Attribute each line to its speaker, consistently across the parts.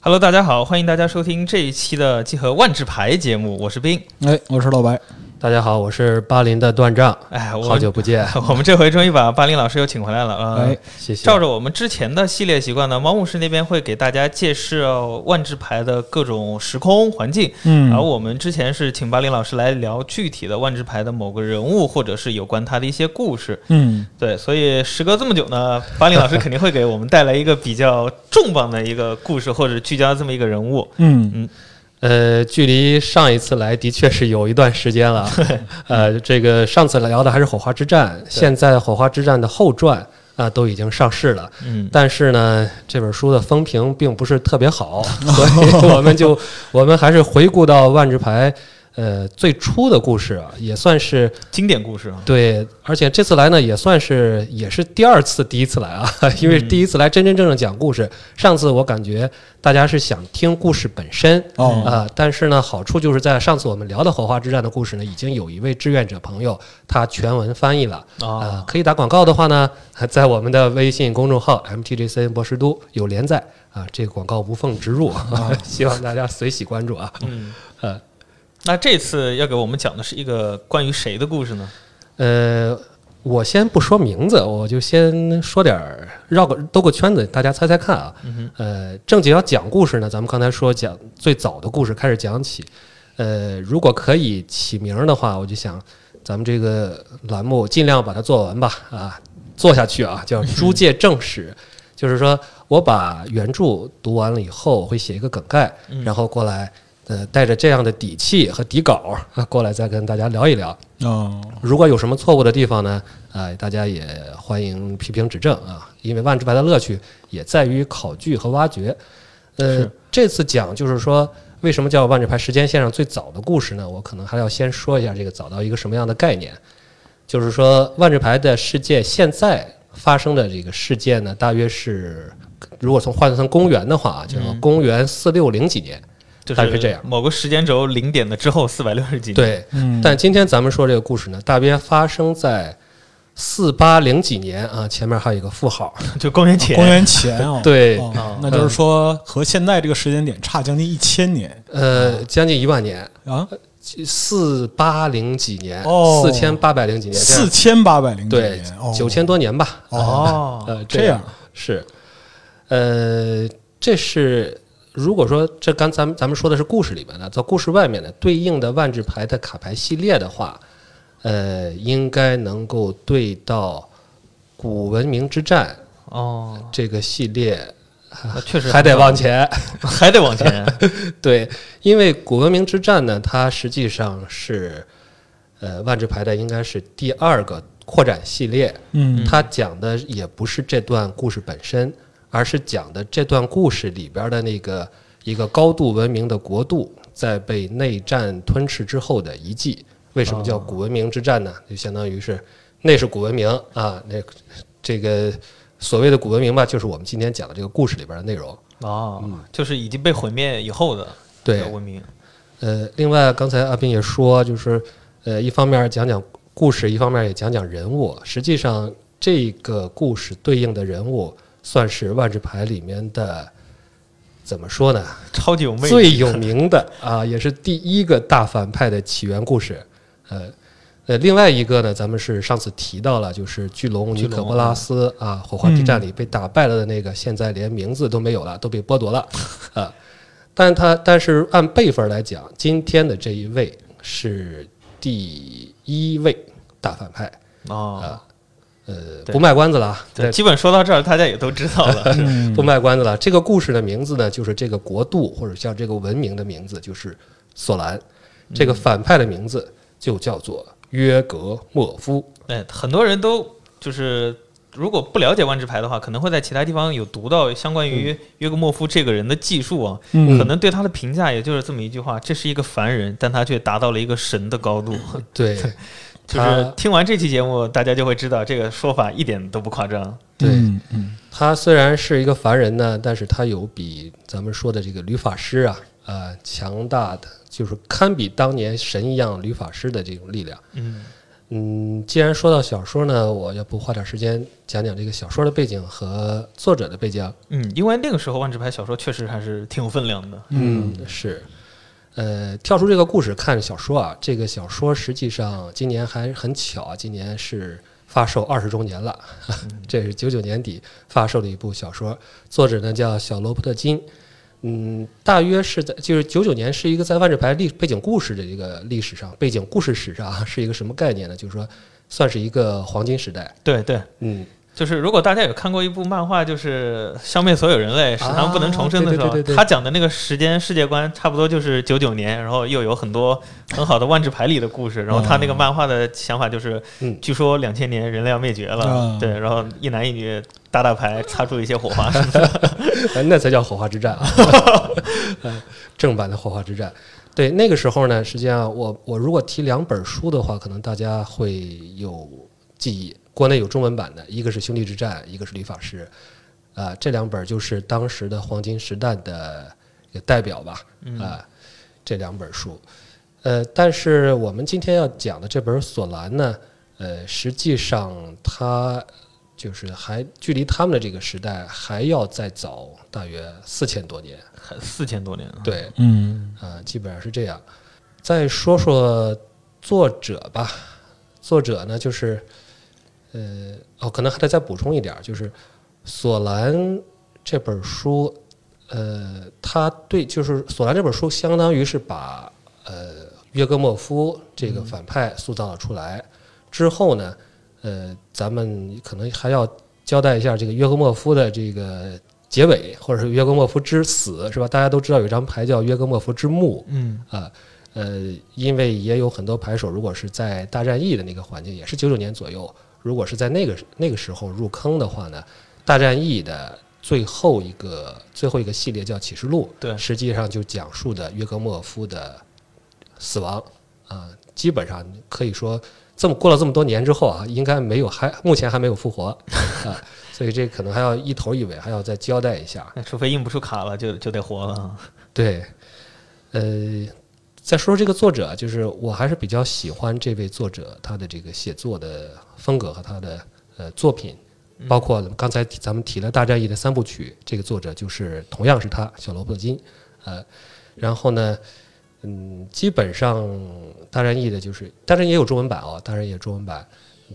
Speaker 1: Hello，大家好，欢迎大家收听这一期的《集合万智牌》节目，我是冰。
Speaker 2: 哎，我是老白，
Speaker 3: 大家好，我是巴林的段丈，
Speaker 1: 哎，我
Speaker 3: 好久不见，
Speaker 1: 我们这回终于把巴林老师又请回来了啊！呃
Speaker 2: 哎，
Speaker 3: 谢谢。
Speaker 1: 照着我们之前的系列习惯呢，猫牧师那边会给大家介绍万智牌的各种时空环境，
Speaker 2: 嗯
Speaker 3: 啊
Speaker 1: 而我们之前是请巴林老师来聊具体的万智牌的某个人物，或者是有关他的一些故事。
Speaker 2: 嗯，
Speaker 1: 对，所以时隔这么久呢，巴林老师肯定会给我们带来一个比较重磅的一个故事，或者聚焦这么一个人物。
Speaker 2: 嗯，
Speaker 3: 呃，距离上一次来的确是有一段时 间了。呃，这个上次聊的还是火花之战，现在火花之战的后传啊、都已经上市了。
Speaker 1: 嗯，
Speaker 3: 但是呢，这本书的风评并不是特 别好，所以我们就我们还是回顾到万智牌呃最初的故事啊，也算是
Speaker 1: 经典故事啊，
Speaker 3: 对，而且这次来呢，也算是也是第二次，第一次来啊， 因为第一次来真真正正讲故事。上次我感觉大家是想听故事本身啊、
Speaker 2: 哦，
Speaker 3: 但是呢，好处就是在上次我们聊的火花之战的故事呢，已经有一位志愿者朋友他全文翻译了
Speaker 1: 啊、
Speaker 3: 啊、可以打广告的话呢， 在我们的微信公众号 MTGCN 博士都有连载啊、这个广告无缝植入， 希望大家随喜关注啊。
Speaker 1: 嗯，
Speaker 3: 呃
Speaker 1: 那这次要给我们讲的是一个关于谁的故事呢？
Speaker 3: 呃，我先不说名字，我就先说点儿绕个兜个圈子，大家猜猜看啊。呃，正经要讲故事呢，咱们刚才说讲最早的故事开始讲起。呃，如果可以起名儿的话，我就想咱们这个栏目尽量把它做完吧，啊，做下去啊，叫《租界正史》，就是说我把原著读完了以后，我会写一个梗概，然后过来，呃，带着这样的底气和底稿、啊、过来，再跟大家聊一聊。
Speaker 2: 哦，
Speaker 3: 如果有什么错误的地方呢，呃，大家也欢迎批评指正啊，因为万智牌的乐趣也在于考据和挖掘。呃
Speaker 1: 是，
Speaker 3: 这次讲就是说，为什么叫万智牌时间线上最早的故事呢？我可能还要先说一下这个早到一个什么样的概念，就是说万智牌的世界现在发生的这个事件呢，大约是如果从换算公元的话啊，
Speaker 1: 嗯
Speaker 3: 就是公元四六零几年，
Speaker 1: 就
Speaker 3: 大概是这样
Speaker 1: 某个时间轴零点的之后四百六十几年。，
Speaker 3: 对，
Speaker 2: 嗯，
Speaker 3: 但今天咱们说这个故事呢，大约发生在四八零几年啊，前面还有一个负号。
Speaker 1: 就公元前。
Speaker 2: 公元前哦，
Speaker 3: 对
Speaker 2: 哦
Speaker 1: 啊
Speaker 2: 那就是说和现在这个时间点差将近一千年
Speaker 3: 呃，将近一万年，
Speaker 2: 啊，
Speaker 3: 四八零几年，
Speaker 2: 哦
Speaker 3: 四千八百零几年，这样
Speaker 2: 四千八百零
Speaker 3: 对
Speaker 2: 年，哦
Speaker 3: 九千多年吧。
Speaker 1: 哦，
Speaker 3: 呃，
Speaker 2: 这样，啊
Speaker 3: 是，呃，这是如果说这刚咱们咱们说的是故事里面的，在故事外面的对应的万智牌的卡牌系列的话，呃，应该能够对到古文明之战
Speaker 1: 哦，
Speaker 3: 这个系列。啊
Speaker 1: 那确实
Speaker 3: 还得往前。
Speaker 1: 还得往前。
Speaker 3: 嗯对，因为古文明之战呢，它实际上是呃万智牌的应该是第二个扩展系列，
Speaker 2: 嗯
Speaker 3: 它讲的也不是这段故事本身，而是讲的这段故事里边的那个一个高度文明的国度在被内战吞噬之后的遗迹。为什么叫古文明之战呢？就相当于是那是古文明啊，那这个所谓的古文明吧，就是我们今天讲的这个故事里边的内容。
Speaker 1: 哦，就是已经被毁灭以后的
Speaker 3: 对，
Speaker 1: 文明。
Speaker 3: 呃，另外刚才阿斌也说，就是呃，一方面讲讲故事，一方面也讲讲人物。实际上，这个故事对应的人物算是万智牌里面的怎么说呢？
Speaker 1: 超级有魅力。
Speaker 3: 最有名的啊，也是第一个大反派的起源故事。呃呃，另外一个呢，咱们是上次提到了，就是巨龙尼
Speaker 1: 巨
Speaker 3: 可
Speaker 1: 龙
Speaker 3: 波拉斯啊，火花之战里被打败了的那个，现在连名字都没有了，都被剥夺了啊。但他但是按辈分来讲，今天的这一位是第一位大反派，啊
Speaker 1: 哦，
Speaker 3: 呃，
Speaker 1: 对
Speaker 3: 不卖关子了啊，
Speaker 1: 对，基本说到这儿，大家也都知道 了。
Speaker 3: 不卖关子了。这个故事的名字呢，就是这个国度或者叫这个文明的名字，就是索兰。这个反派的名字就叫做约格莫夫。
Speaker 1: 哎，很多人都就是如果不了解万智牌的话，可能会在其他地方有读到相关于约格莫夫这个人的技术啊，
Speaker 2: 嗯
Speaker 1: 可能对他的评价也就是这么一句话：这是一个凡人，但他却达到了一个神的高度。
Speaker 3: 对
Speaker 1: 就是听完这期节目，大家就会知道这个说法一点都不夸张。
Speaker 3: 对，
Speaker 2: 嗯嗯
Speaker 3: 他虽然是一个凡人呢，但是他有比咱们说的这个吕法师啊，呃，强大的，就是堪比当年神一样吕法师的这种力量。
Speaker 1: 嗯
Speaker 3: 嗯，既然说到小说呢，我要不花点时间讲讲这个小说的背景和作者的背景。
Speaker 1: 嗯，因为那个时候万智牌小说确实还是挺有分量的。
Speaker 3: 嗯，是。呃，跳出这个故事看小说啊，这个小说实际上今年还很巧啊，今年是发售二十周年了， 这是九九年底发售的一部小说，作者呢叫小罗伯特金，嗯，大约是在就是九九年是一个在万智牌历背景故事的一个历史上背景故事史上啊是一个什么概念呢？就是说算是一个黄金时代，
Speaker 1: 对对，
Speaker 3: 嗯，
Speaker 1: 就是如果大家有看过一部漫画，就是消灭所有人类，使他们不能重生的时候，
Speaker 3: 啊啊对对对对对
Speaker 1: 他讲的那个时间世界观差不多就是九九年，然后又有很多很好的万智牌里的故事。然后他那个漫画的想法就是，
Speaker 3: 嗯
Speaker 1: 据说两千年人类要灭绝了，
Speaker 2: 啊
Speaker 1: 对，然后一男一女打打牌，擦出一些火 花什么的。
Speaker 3: 哎那才叫火花之战啊！ 呃正版的火花之战。对，那个时候呢，实际上我我如果提两本书的话，可能大家会有记忆。国内有中文版的，一个是《兄弟之战》，一个是《理发师》，啊、这两本就是当时的黄金时代的一个代表吧，啊、这两本书。呃，但是我们今天要讲的这本《索兰》呢，呃，实际上它就是还距离他们的这个时代还要再早大约四千多年。
Speaker 1: 四千多年了，
Speaker 3: 对，
Speaker 2: 嗯
Speaker 3: 啊、基本上是这样。再说说作者吧，作者呢就是，呃，哦，可能还得再补充一点儿，就是索兰这本书，呃，他对就是索兰这本书相当于是把呃约格莫夫这个反派塑造了出来、之后呢，呃，咱们可能还要交代一下这个约格莫夫的这个结尾，或者是约格莫夫之死，是吧？大家都知道有一张牌叫约格莫夫之墓
Speaker 1: 嗯
Speaker 3: 啊、呃，因为也有很多牌手，如果是在大战役的那个环境，也是九九年左右，如果是在那个那个时候入坑的话呢，大战役的。最后一个最后一个系列叫《启示录》，
Speaker 1: 对
Speaker 3: 实际上就讲述的约格莫夫的死亡啊、基本上可以说这么过了这么多年之后啊，应该没有还目前还没有复活啊、所以这可能还要一头一尾还要再交代一下。
Speaker 1: 那哎除非印不出卡了，就就得活了 啊。
Speaker 3: 对，呃，再说说这个作者，啊就是我还是比较喜欢这位作者他的这个写作的风格和他的呃作品，包括刚才提咱们提了《大战役》的三部曲，这个作者就是同样是他小罗伯特金，呃，然后呢。嗯，基本上大战役的就是，当然也有中文版哦，当然也有中文版。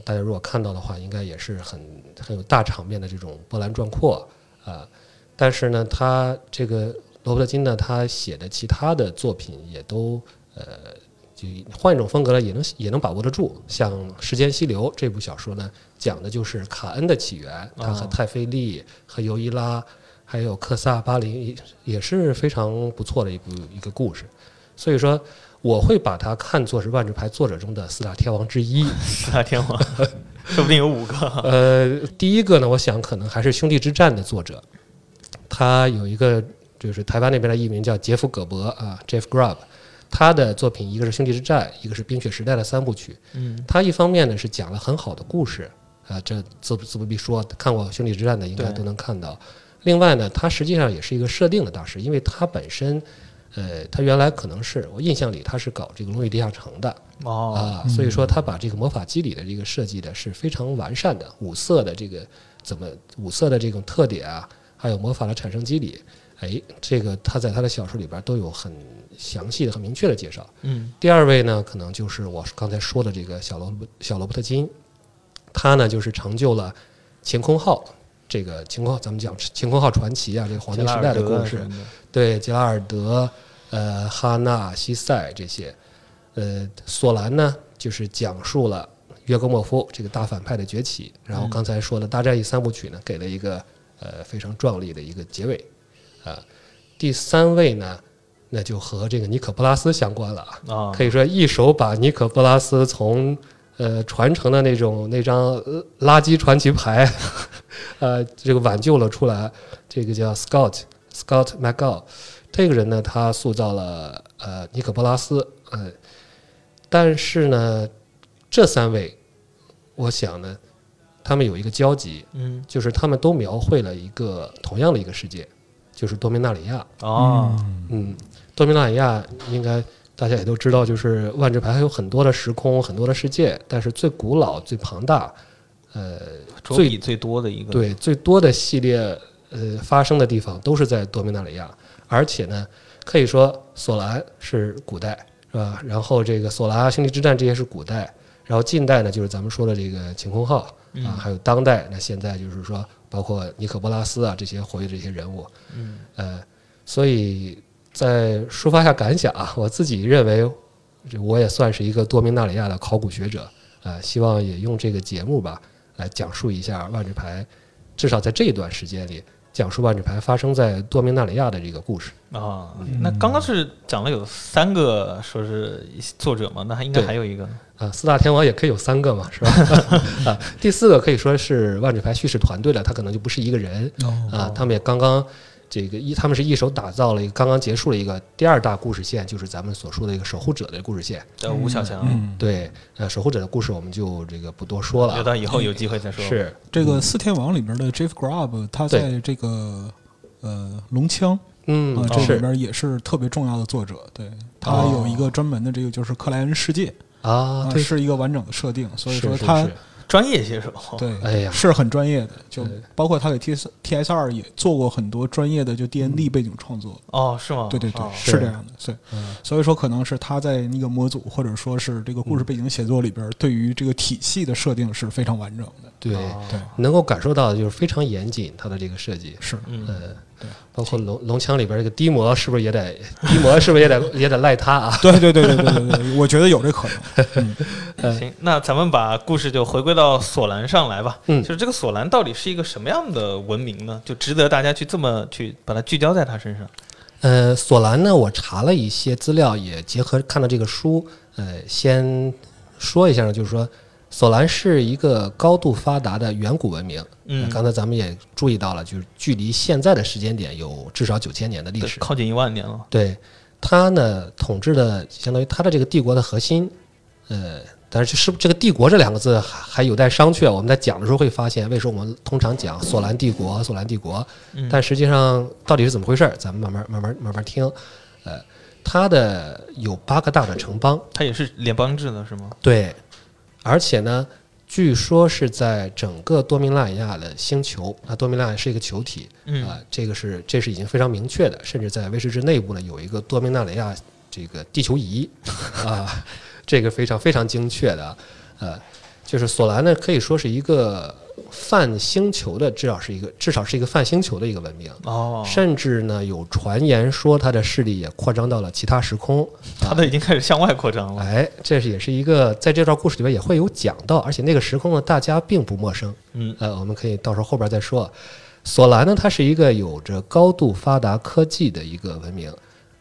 Speaker 3: 大家如果看到的话，应该也是很很有大场面的这种波澜壮阔啊、但是呢，他这个罗伯特金呢，他写的其他的作品也都呃，就换一种风格了，也能也能把握得住。像《时间溪流》这部小说呢，讲的就是卡恩的起源，他和
Speaker 1: 哦
Speaker 3: 泰菲利、和尤伊拉，还有克萨巴林，也是非常不错的一部一个故事。所以说，我会把它看作是万智牌作者中的四大天王之一。
Speaker 1: 四大天王，说不定有五个。
Speaker 3: 呃，第一个呢，我想可能还是《兄弟之战》的作者，他有一个就是台湾那边的艺名叫杰夫·葛伯啊，Jeff Grubb。他的作品一个是《兄弟之战》，一个是《冰雪时代》的三部曲。
Speaker 1: 嗯，
Speaker 3: 他一方面呢是讲了很好的故事，啊，这自不自不必说，看过《兄弟之战》的应该
Speaker 1: 对
Speaker 3: 都能看到。另外呢，他实际上也是一个设定的大师，因为他本身，呃，他原来可能是我印象里他是搞这个《龙与地下城》的，
Speaker 1: 哦，
Speaker 3: 啊，所以说他把这个魔法机理的这个设计的是非常完善的，五色的这个怎么五色的这种特点啊，还有魔法的产生机理，哎，这个他在他的小说里边都有很详细的、很明确的介绍。
Speaker 1: 嗯
Speaker 3: 第二位呢，可能就是我刚才说的这个小罗伯小罗伯特金，他呢就是成就了晴空号这个晴空号，咱们讲晴空号传奇啊，这个黄金时代的故事，
Speaker 1: 杰拉尔德什么的
Speaker 3: 对杰拉尔德、呃哈纳、西塞这些，呃索兰呢，就是讲述了约格莫夫这个大反派的崛起，然后刚才说的大战役三部曲呢，给了一个呃非常壮丽的一个结尾，啊、第三位呢，那就和这个尼可波拉斯相关了啊，
Speaker 1: 啊，
Speaker 3: 可以说一手把尼可波拉斯从呃传承的那种那张呃垃圾传奇牌， 呃，这个挽救了出来。这个叫 Scott Scott McGill，这个人呢，他塑造了呃尼可波拉斯，呃，但是呢，这三位，我想呢，他们有一个交集，
Speaker 1: 嗯，
Speaker 3: 就是他们都描绘了一个同样的一个世界，就是多明纳里亚。
Speaker 1: 哦，
Speaker 3: 嗯，多明纳里亚应该大家也都知道，就是万智牌还有很多的时空、很多的世界，但是最古老、最庞大，呃，
Speaker 1: 着
Speaker 3: 最
Speaker 1: 笔最多的一个，，
Speaker 3: 对最多的系列呃发生的地方都是在多明纳里亚，而且呢，可以说索兰是古代是吧？然后这个索兰、星际之战这些是古代，然后近代呢就是咱们说的这个晴空号
Speaker 1: 嗯
Speaker 3: 啊，还有当代，那现在就是说包括尼可波拉斯啊这些活跃这些人物，
Speaker 1: 嗯，
Speaker 3: 呃，所以再抒发一下感想啊，我自己认为，这我也算是一个多明纳里亚的考古学者，呃，希望也用这个节目吧，来讲述一下万智牌，至少在这一段时间里，讲述万智牌发生在多明纳里亚的这个故事。
Speaker 1: 哦，
Speaker 2: 嗯
Speaker 1: 那刚刚是讲了有三个说是作者嘛，那还应该
Speaker 3: 对
Speaker 1: 还有一个，
Speaker 3: 啊、四大天王也可以有三个嘛，是 吧？啊，第四个可以说是万智牌叙事团队了，他可能就不是一个人，
Speaker 2: 哦，
Speaker 3: 啊，他们也刚刚这个一，他们是一手打造了一个刚刚结束了一个第二大故事线，就是咱们所说的一个守护者的故事线。
Speaker 1: 叫吴小强，
Speaker 2: 嗯，
Speaker 3: 对，呃，守护者的故事我们就这个不多说
Speaker 1: 留
Speaker 3: 了。啊
Speaker 1: 到以后有机会再说。，
Speaker 3: 是，
Speaker 2: 这个四天王里边的 Jeff Grubb，他
Speaker 3: 嗯对
Speaker 2: 在这个呃龙枪
Speaker 3: 嗯
Speaker 2: 啊，这里
Speaker 3: 是
Speaker 2: 边也是特别重要的作者，对他
Speaker 3: 哦
Speaker 2: 有一个专门的这个就是克莱恩世界
Speaker 3: 啊，对，
Speaker 2: 是一个完整的设定，所以
Speaker 3: 是
Speaker 2: 说
Speaker 3: 是
Speaker 2: 他
Speaker 3: 是
Speaker 1: 专业写手，
Speaker 3: 哎
Speaker 2: 对
Speaker 3: 呀
Speaker 2: 是很专业的，就
Speaker 3: 对
Speaker 2: 包括他给 T S T S 二也做过很多专业的就 D N D 背景创作，
Speaker 1: 哦，是吗？
Speaker 2: 对对对
Speaker 1: 哦，
Speaker 2: 是
Speaker 3: 是
Speaker 2: 这样的，所以
Speaker 3: 嗯
Speaker 2: 所以说可能是他在那个模组或者说是这个故事背景写作里边，对于这个体系的设定是非常完整的，
Speaker 3: 对，
Speaker 1: 哦
Speaker 2: 对
Speaker 3: 能够感受到的就是非常严谨，它的这个设计，
Speaker 2: 是
Speaker 1: 嗯，
Speaker 3: 呃
Speaker 2: 对，
Speaker 3: 包括龙龙枪里边这个低魔是不是也得 低魔是不是也得 也得赖他啊？
Speaker 2: 对对对对对对对，我觉得有这可 能，嗯
Speaker 1: 行，那咱们把故事就回归到索兰上来吧。
Speaker 3: 嗯
Speaker 1: 就是这个索兰到底是一个什么样的文明呢？就值得大家去这么去把它聚焦在他身上。
Speaker 3: 呃，索兰呢，我查了一些资料，也结合看到这个书，呃，先说一下，就是说，索兰是一个高度发达的远古文明。
Speaker 1: 嗯
Speaker 3: 呃刚才咱们也注意到了，就是距离现在的时间点有至少九千年的历
Speaker 1: 对
Speaker 3: 史。
Speaker 1: 靠近一万年了。
Speaker 3: 对，他呢统治的相当于他的这个帝国的核心，呃，但是是不这个帝国这两个字还还有待商榷。我们在讲的时候会发现，为什么我们通常讲索兰帝国、索兰帝国，
Speaker 1: 嗯
Speaker 3: 但实际上到底是怎么回事儿？咱们慢慢慢慢慢慢听。呃，它的有八个大的城邦，
Speaker 1: 它也是联邦制的，是吗？
Speaker 3: 对，而且呢，据说是在整个多明纳里亚的星球，那多明纳里亚是一个球体，啊、
Speaker 1: 嗯，
Speaker 3: 这个是这是已经非常明确的，甚至在威士忌内部呢有一个多明纳里亚这个地球仪啊、 这个非常非常精确的，呃，就是索兰呢可以说是一个泛星球的，至少是一个至少是一个泛星球的一个文明，
Speaker 1: 哦，
Speaker 3: 甚至呢有传言说它的势力也扩张到了其他时空，
Speaker 1: 它都已经开始向外扩张了。
Speaker 3: 哎，这是也是一个在这段故事里边也会有讲到，而且那个时空呢大家并不陌生，
Speaker 1: 嗯，
Speaker 3: 呃，我们可以到时候后边再说。索兰呢，它是一个有着高度发达科技的一个文明，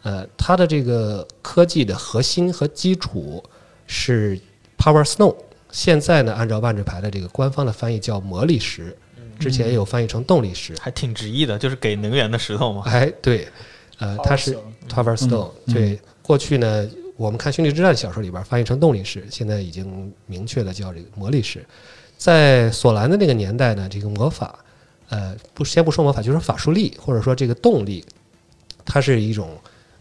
Speaker 3: 呃，它的这个科技的核心和基础是 Power Snow。现在呢，按照万智牌的这个官方的翻译叫魔力石，之前也有翻译成动力石。
Speaker 1: 还挺直译的，就是给能源的石头嘛。
Speaker 3: 哎，对，呃，它是 Tower Stone、对，过去呢，我们看《兄弟之战》小说里边翻译成动力石，现在已经明确的叫这个魔力石。在索兰的那个年代呢，这个魔法，呃，不先不说魔法，就说法术力或者说这个动力，它是一种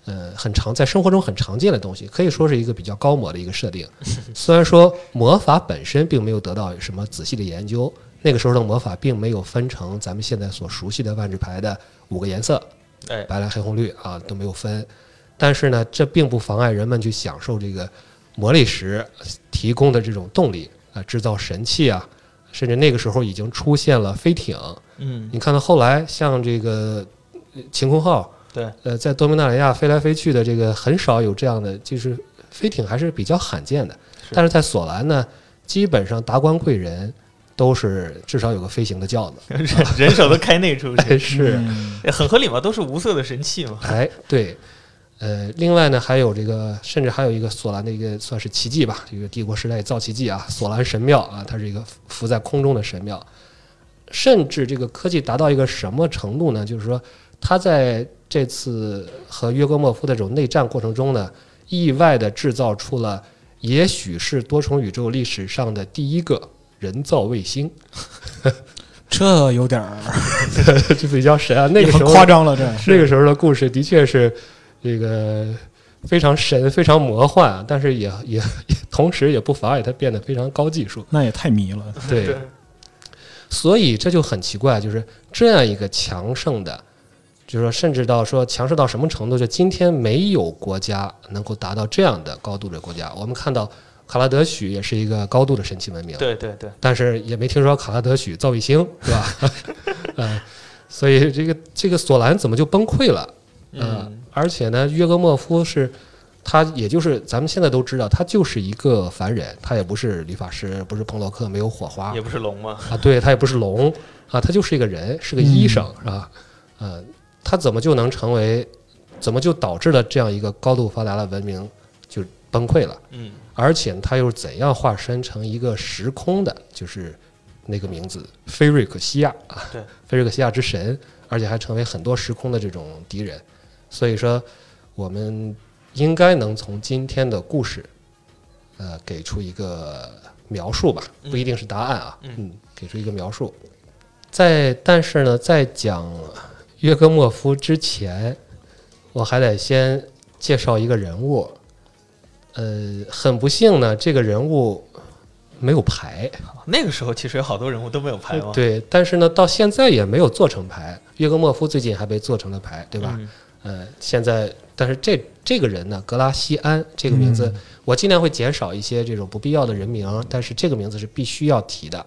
Speaker 3: 呃很常在生活中很常见的东西，可以说是一个比较高魔的一个设定。虽然说魔法本身并没有得到什么仔细的研究，那个时候的魔法并没有分成咱们现在所熟悉的万智牌的五个颜色，
Speaker 1: 哎，
Speaker 3: 白蓝黑红绿啊都没有分，但是呢，这并不妨碍人们去享受这个魔力石提供的这种动力啊，制造神器啊，甚至那个时候已经出现了飞艇。
Speaker 1: 嗯，
Speaker 3: 你看到后来像这个呃晴空号，
Speaker 1: 对，
Speaker 3: 呃，在多明纳里亚飞来飞去的这个很少有这样的，就是飞艇还是比较罕见的。
Speaker 1: 是
Speaker 3: 但是在索兰呢，基本上达官贵人都是至少有个飞行的轿子，
Speaker 1: 人 人手都开内出去，
Speaker 3: 是。
Speaker 2: 嗯
Speaker 1: 哎很合理嘛，都是无色的神器嘛。
Speaker 3: 哎，对，呃，另外呢，还有这个，甚至还有一个索兰的一个算是奇迹吧，这个帝国时代造奇迹啊，索兰神庙啊，它是一个浮在空中的神庙。甚至这个科技达到一个什么程度呢？就是说，它在这次和约格莫夫的这种内战过程中呢，意外的制造出了也许是多重宇宙历史上的第一个人造卫星，
Speaker 2: 这有点儿
Speaker 3: 这比较神啊！ 那个时
Speaker 2: 很
Speaker 3: 候
Speaker 2: 夸张了，这
Speaker 3: 那个时候的故事的确是这个非常神、非常魔幻，啊但是也也同时也不妨碍它变得非常高技术。
Speaker 2: 那也太迷了。
Speaker 3: 对，所以这就很奇怪，就是这样一个强盛的，就是说甚至到说强盛到什么程度，就今天没有国家能够达到这样的高度的国家。我们看到卡拉德许也是一个高度的神奇文明，
Speaker 1: 对对对，
Speaker 3: 但是也没听说卡拉德许造卫星，是吧？ 呃，所以这个这个索兰怎么就崩溃了？呃
Speaker 1: 嗯，
Speaker 3: 而且呢，约格莫夫是他，也就是咱们现在都知道，他就是一个凡人，他也不是理发师，不是彭洛克，没有火花
Speaker 1: 也不是龙嘛，
Speaker 3: 啊，对他也不是龙啊，他就是一个人，是个医生，
Speaker 1: 嗯
Speaker 3: 是吧？呃，他怎么就能成为，怎么就导致了这样一个高度发达的文明就崩溃了？
Speaker 1: 嗯
Speaker 3: 而且他又是怎样化身成一个时空的，就是那个名字菲瑞克西亚啊，
Speaker 1: 对，
Speaker 3: 菲瑞克西亚之神，而且还成为很多时空的这种敌人。所以说，我们应该能从今天的故事，呃，给出一个描述吧，
Speaker 1: 嗯
Speaker 3: 不一定是答案啊，
Speaker 1: 嗯
Speaker 3: 给出一个描述。在但是呢，在讲约格莫夫之前，我还得先介绍一个人物。呃，很不幸呢，这个人物没有牌，
Speaker 1: 哦那个时候其实有好多人物都没有哦排嘛，
Speaker 3: 哎对，但是呢，到现在也没有做成牌。约格莫夫最近还被做成了牌，对吧？
Speaker 1: 嗯？
Speaker 3: 呃，现在，但是这这个人呢，格拉西安这个名
Speaker 2: 嗯
Speaker 3: 字，我尽量会减少一些这种不必要的人名，但是这个名字是必须要提的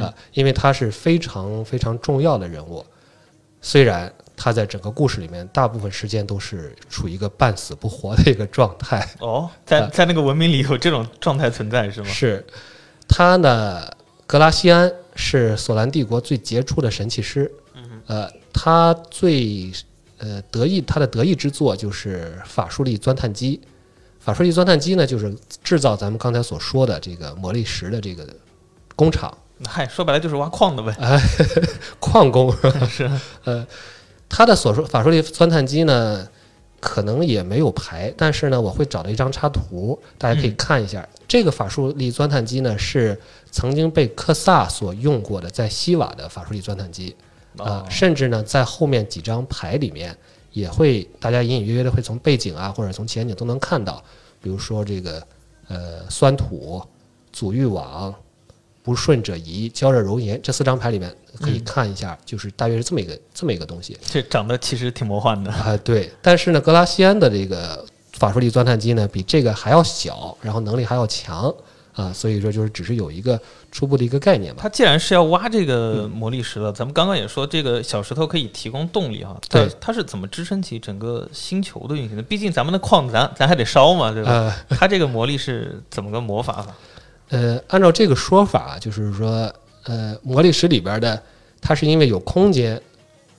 Speaker 3: 啊、因为他是非常非常重要的人物。虽然他在整个故事里面大部分时间都是处于一个半死不活的一个状态，
Speaker 1: 哦，在
Speaker 3: 嗯
Speaker 1: 在那个文明里有这种状态存在是吗？
Speaker 3: 是他呢，格拉西安是索兰帝国最杰出的神器师。
Speaker 1: 嗯
Speaker 3: 呃，他最呃得意他的得意之作就是法术力钻探机。法术力钻探机呢，就是制造咱们刚才所说的这个魔力石的这个工厂。
Speaker 1: 嗨，说白了就是挖矿 的呗。
Speaker 3: 矿工是呃，他的所说法术力钻探机呢，可能也没有牌，但是呢，我会找到一张插图，大家可以看一下。这个法术力钻探机呢，是曾经被克萨所用过的，在西瓦的法术力钻探机啊、
Speaker 1: 哦
Speaker 3: 甚至呢，在后面几张牌里面也会，大家隐隐约约的会从背景啊，或者从前景都能看到，比如说这个呃酸土、阻欲网。不顺者移，交热熔岩，这四张牌里面可以看一下，就是大约是这么一个这么一个东西
Speaker 1: 这长得其实挺魔幻的。
Speaker 3: 啊、对，但是呢，格拉西安的这个法术力钻探机呢，比这个还要小，然后能力还要强啊、所以说就是只是有一个初步的一个概念吧。
Speaker 1: 它既然是要挖这
Speaker 3: 嗯
Speaker 1: 个魔力石了，咱们刚刚也说这个小石头可以提供动力哈，它
Speaker 3: 对
Speaker 1: 它是怎么支撑起整个星球的运行的？毕竟咱们的矿咱咱还得烧嘛，对吧？
Speaker 3: 呃
Speaker 1: 它这个魔力是怎么个魔法法？
Speaker 3: 呃，按照这个说法，啊就是说，呃，魔力石里边的，它是因为有空间，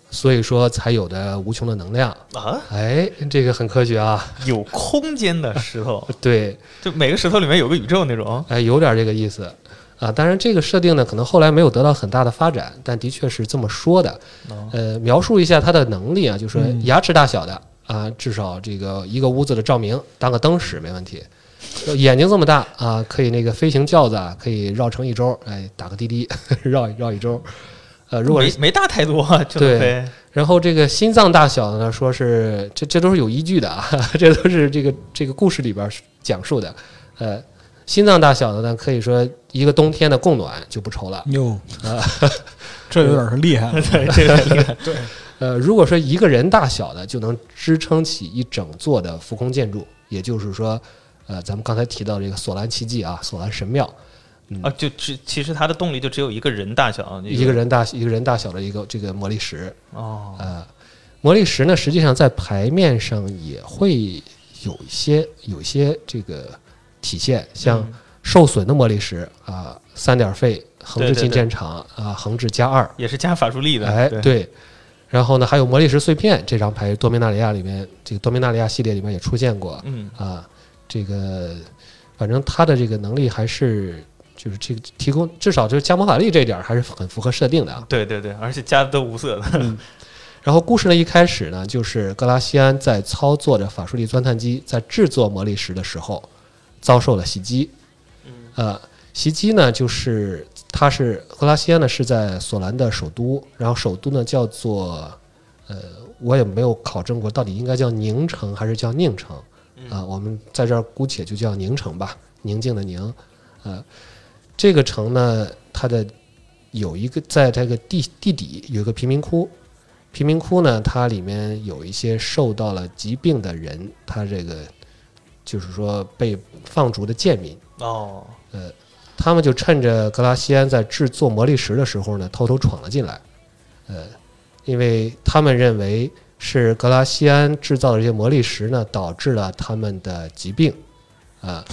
Speaker 3: 所以说才有的无穷的能量。
Speaker 1: 啊，
Speaker 3: 哎，这个很科学啊，
Speaker 1: 有空间的石 头，
Speaker 3: 对。
Speaker 1: 就每个石头里面有个宇宙那种。
Speaker 3: 哎，有点这个意思啊。当然，这个设定呢，可能后来没有得到很大的发展，但的确是这么说的。呃，描述一下他的能力啊，就是说牙齿大小的啊，至少这个一个屋子的照明当个灯使没问题。眼睛这么大啊，可以那个飞行轿子啊，可以绕城一周，哎，打个滴滴 绕一绕一周。呃，如果是
Speaker 1: 没没大太多啊，就
Speaker 3: 对
Speaker 1: 呗
Speaker 3: 然后这个心脏大小呢，说是这这都是有依据的啊， 这都是这个这个故事里边讲述的。呃，心脏大小的呢，可以说一个冬天的供暖就不愁了。
Speaker 2: 嗯哟
Speaker 3: 啊，
Speaker 2: 这有点儿厉害了。
Speaker 1: 对，这个很厉 害
Speaker 3: 呃，如果说一个人大小的就能支撑起一整座的浮空建筑，也就是说，呃，咱们刚才提到这个索兰奇迹啊，索兰神庙，
Speaker 1: 啊，就只其实它的动力就只有一个人大小，
Speaker 3: 嗯一个人大一个人大小的一个这个魔力石，
Speaker 1: 哦，
Speaker 3: 呃，魔力石呢，实际上在牌面上也会有一些有一些这个体现，像
Speaker 1: 嗯
Speaker 3: 受损的魔力石啊，三点费横
Speaker 1: 对
Speaker 3: 置
Speaker 1: 对
Speaker 3: 进
Speaker 1: 对
Speaker 3: 战场啊，横置加二，
Speaker 1: 也是加法术力的，
Speaker 3: 哎，
Speaker 1: 对，
Speaker 3: 对。然后呢，还有魔力石碎片这张牌，多米纳里亚里面这个多米纳里亚系列里面也出现过
Speaker 1: 嗯
Speaker 3: 啊。这个反正他的这个能力还是就是这个提供，至少就是加魔法力这一点儿还是很符合设定的啊。
Speaker 1: 对对对，而且加的都无色的，
Speaker 3: 嗯然后故事的一开始呢，就是格拉西安在操作着法术力钻探机，在制作魔力石的时候遭受了袭击。呃，袭击呢，就是他是格拉西安呢是在索兰的首都，然后首都呢叫做呃，我也没有考证过到底应该叫宁城还是叫宁城啊、我们在这儿姑且就叫宁城吧，宁静的宁。呃，这个城呢，它的有一个在这个地地底有一个贫民窟，贫民窟呢，它里面有一些受到了疾病的人，他这个就是说被放逐的贱民，
Speaker 1: 哦，
Speaker 3: 他们就趁着格拉西安在制作魔力石的时候呢，偷偷闯了进来。呃，因为他们认为是格拉西安制造的这些魔力石呢，导致了他们的疾病啊、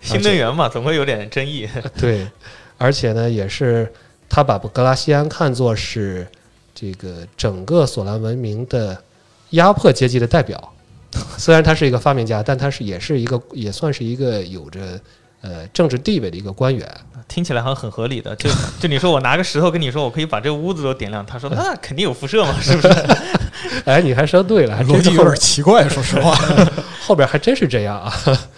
Speaker 1: 新能源嘛，总会有点争议，
Speaker 3: 对，而且呢，也是他把格拉西安看作是这个整个索兰文明的压迫阶级的代表。虽然他是一个发明家，但他是也是一个也算是一个有着呃政治地位的一个官员。
Speaker 1: 听起来好像很合理的。就就你说我拿个石头跟你说，我可以把这个屋子都点亮，他说那肯定有辐射嘛，是 不是？
Speaker 3: 哎，你还说 对 了，还真
Speaker 2: 逻
Speaker 3: 是
Speaker 2: 辑
Speaker 3: 后
Speaker 2: 有
Speaker 3: 边
Speaker 2: 点奇怪，说实话。
Speaker 3: 后边还真是这样啊。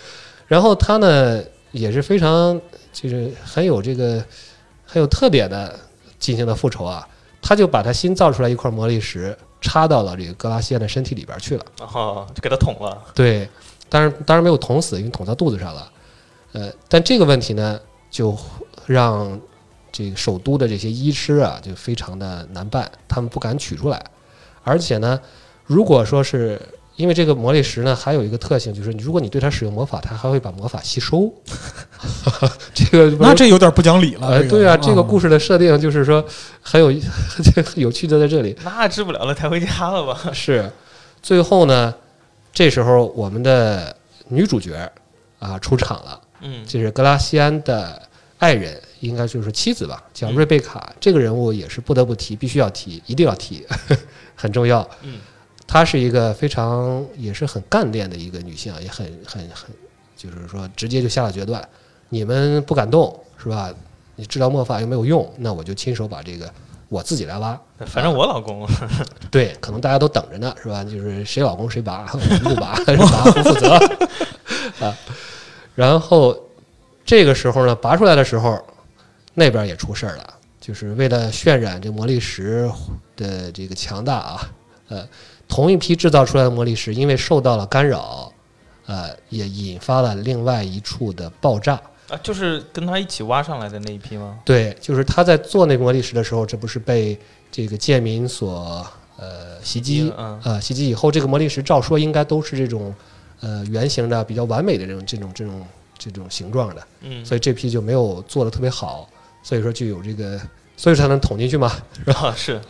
Speaker 3: 然后他呢也是非常就是很有这个很有特点的进行的复仇啊，他就把他新造出来一块魔力石插到了这个格拉西安的身体里边去了。
Speaker 1: 哦，就给他捅了，
Speaker 3: 对，当然当然没有捅死，因为捅到肚子上了。呃，但这个问题呢，就让这个首都的这些医师啊，就非常的难办，他们不敢取出来。而且呢，如果说是因为这个魔力石呢，还有一个特性就是，如果你对它使用魔法，它还会把魔法吸收。 这个
Speaker 2: 那这有嗯点不讲理了。
Speaker 3: 呃，对啊，这个
Speaker 2: 事
Speaker 3: 故事的设定就是说 很有有趣的在这里。
Speaker 1: 那治不了了，抬回家了 吧？
Speaker 3: 是，最后呢，这时候我们的女主角啊出场了，
Speaker 1: 嗯
Speaker 3: 就是格拉西安的爱人，应该就是妻子吧，
Speaker 1: 嗯
Speaker 3: 叫瑞贝卡。这个人物也是不得不提，必须要提，一定要提， 很重要。
Speaker 1: 嗯，
Speaker 3: 她是一个非常也是很干练的一个女性，啊也很很很，就是说直接就下了决断，你们不敢动是吧？你治疗墨法又没有用，那我就亲手把这个我自己来挖。
Speaker 1: 嗯反正我老公，
Speaker 3: 对，可能大家都等着呢，是吧？就是谁老公谁拔， 我们不拔，是吧？不负责啊。然后这个时候呢，拔出来的时候，那边也出事儿了，就是为了渲染这魔力石的这个强大啊，呃，同一批制造出来的魔力石，因为受到了干扰，呃，也引发了另外一处的爆炸。
Speaker 1: 啊，就是跟他一起挖上来的那一批吗？
Speaker 3: 对，就是他在做那魔力石的时候，这不是被这个贱民所呃袭击，
Speaker 1: 嗯，
Speaker 3: 呃，袭击以后，这个魔力石照说应该都是这种呃圆形的、比较完美的这种这种这种这种形状的，
Speaker 1: 嗯，
Speaker 3: 所以这批就没有做的特别好，所以说就有这个，所以说才能捅进去嘛。
Speaker 1: 啊是，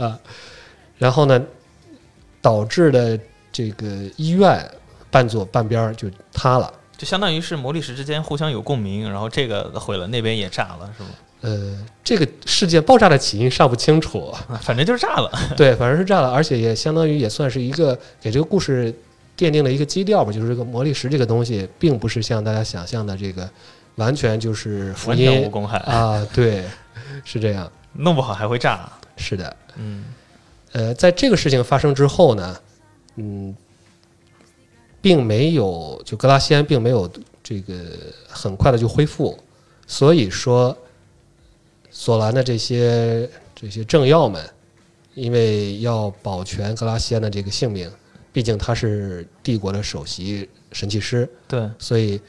Speaker 3: 然后呢，导致的这个医院半左半边儿就塌了。
Speaker 1: 就相当于是魔力石之间互相有共鸣，然后这个毁了，那边也炸了，是吗？
Speaker 3: 呃，这个事件爆炸的起因尚不清楚，
Speaker 1: 啊反正就是炸了。
Speaker 3: 对，反正是这样的，而且也相当于也算是一个给这个故事奠定了一个基调吧，就是这个魔力石这个东西，并不是像大家想象的这个完全就是福
Speaker 1: 完全无
Speaker 3: 音
Speaker 1: 公害，
Speaker 3: 啊，对，是这样，
Speaker 1: 弄不好还会炸。
Speaker 3: 是的，
Speaker 1: 嗯
Speaker 3: 呃，在这个事情发生之后呢，嗯，并没有就格拉西安并没有这个很快的就恢复，所以说索兰的这些这些政要们，因为要保全格拉西安的这个性命，毕竟他是帝国的首席神器师，，
Speaker 1: 对，
Speaker 3: 所以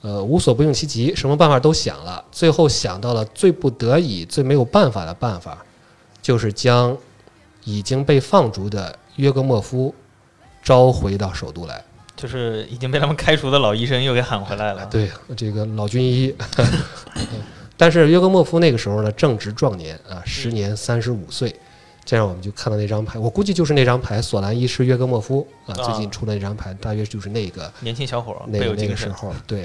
Speaker 3: 呃无所不用其极，什么办法都想了，最后想到了最不得已、最没有办法的办法，就是将已经被放逐的约格莫夫召回到首都来。
Speaker 1: 就是已经被他们开除的老医生又给喊回来了。
Speaker 3: 啊对，这个老军医。 但是约格莫夫那个时候呢，正值壮年啊，时年三十五岁。这样我们就看到那张牌，我估计就是那张牌，索兰医师约格莫夫啊，最近出的那张牌，大约就是那个
Speaker 1: 年轻小伙儿倍
Speaker 3: 那个
Speaker 1: 啊有
Speaker 3: 那
Speaker 1: 精
Speaker 3: 个时
Speaker 1: 神
Speaker 3: 候。对，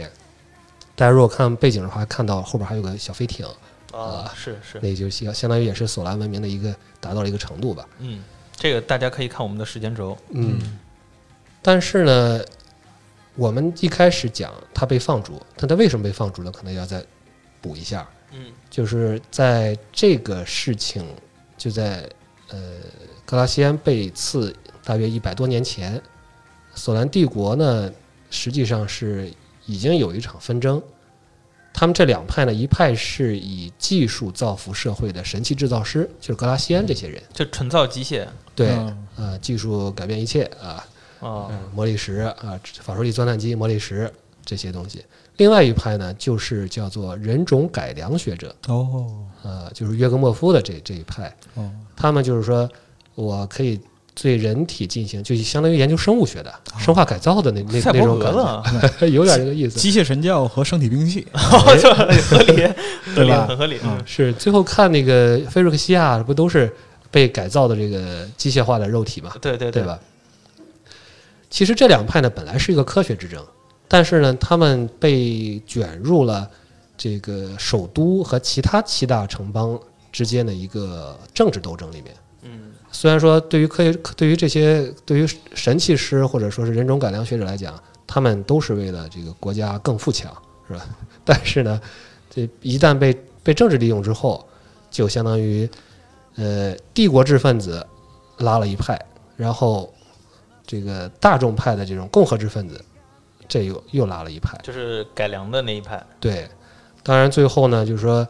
Speaker 3: 大家如果看背景的话，看到后边还有个小飞艇，
Speaker 1: 啊，是是，
Speaker 3: 那就相相当于也是索兰文明的一个达到了一个程度吧。
Speaker 1: 嗯，这个大家可以看我们的时间轴。
Speaker 3: 嗯，但是呢，我们一开始讲他被放逐，但他为什么被放逐呢？可能要再补一下。
Speaker 1: 嗯，
Speaker 3: 就是在这个事情就在呃格拉西安被刺大约一百多年前，索兰帝国呢实际上是已经有一场纷争。他们这两派呢，一派是以技术造福社会的神器制造师，就是格拉西安这些人，
Speaker 1: 就纯造机械
Speaker 3: 对，
Speaker 2: 嗯
Speaker 3: 呃，技术改变一切啊，
Speaker 1: 啊，
Speaker 3: 嗯，魔力石啊，法术力钻探机、魔力石这些东西。另外一派呢，就是叫做人种改良学者，
Speaker 2: 哦
Speaker 3: 呃，就是约格莫夫的这这一派，
Speaker 2: 哦
Speaker 3: 他们就是说，我可以对人体进行，就相当于研究生物学的、生化改造的那那
Speaker 1: 哦赛
Speaker 3: 那
Speaker 1: 博
Speaker 3: 种
Speaker 1: 格
Speaker 3: 感
Speaker 1: 了，
Speaker 3: 觉， 有点这个意思。
Speaker 2: 机械神教和生体兵器，
Speaker 1: 就很合 理，合
Speaker 2: 对
Speaker 1: 理
Speaker 2: 吧
Speaker 1: 很合理。
Speaker 2: 嗯
Speaker 3: 是最后看那个菲瑞克西亚，不都是被改造的这个机械化的肉体嘛？
Speaker 1: 嗯对对
Speaker 3: 对？吧？其实这两派呢，本来是一个科学之争，但是呢，他们被卷入了这个首都和其他七大城邦之间的一个政治斗争里面。
Speaker 1: 嗯，
Speaker 3: 虽然说对于科学、对于这些、对于神器师或者说是人种改良学者来讲，他们都是为了这个国家更富强，是吧？ 但是呢，这一旦被被政治利用之后，就相当于呃帝国制分子拉了一派，然后这个大众派的这种共和制分子，这又又拉了一派。
Speaker 1: 就是改良的那一派。
Speaker 3: 对，当然最后呢，就是说，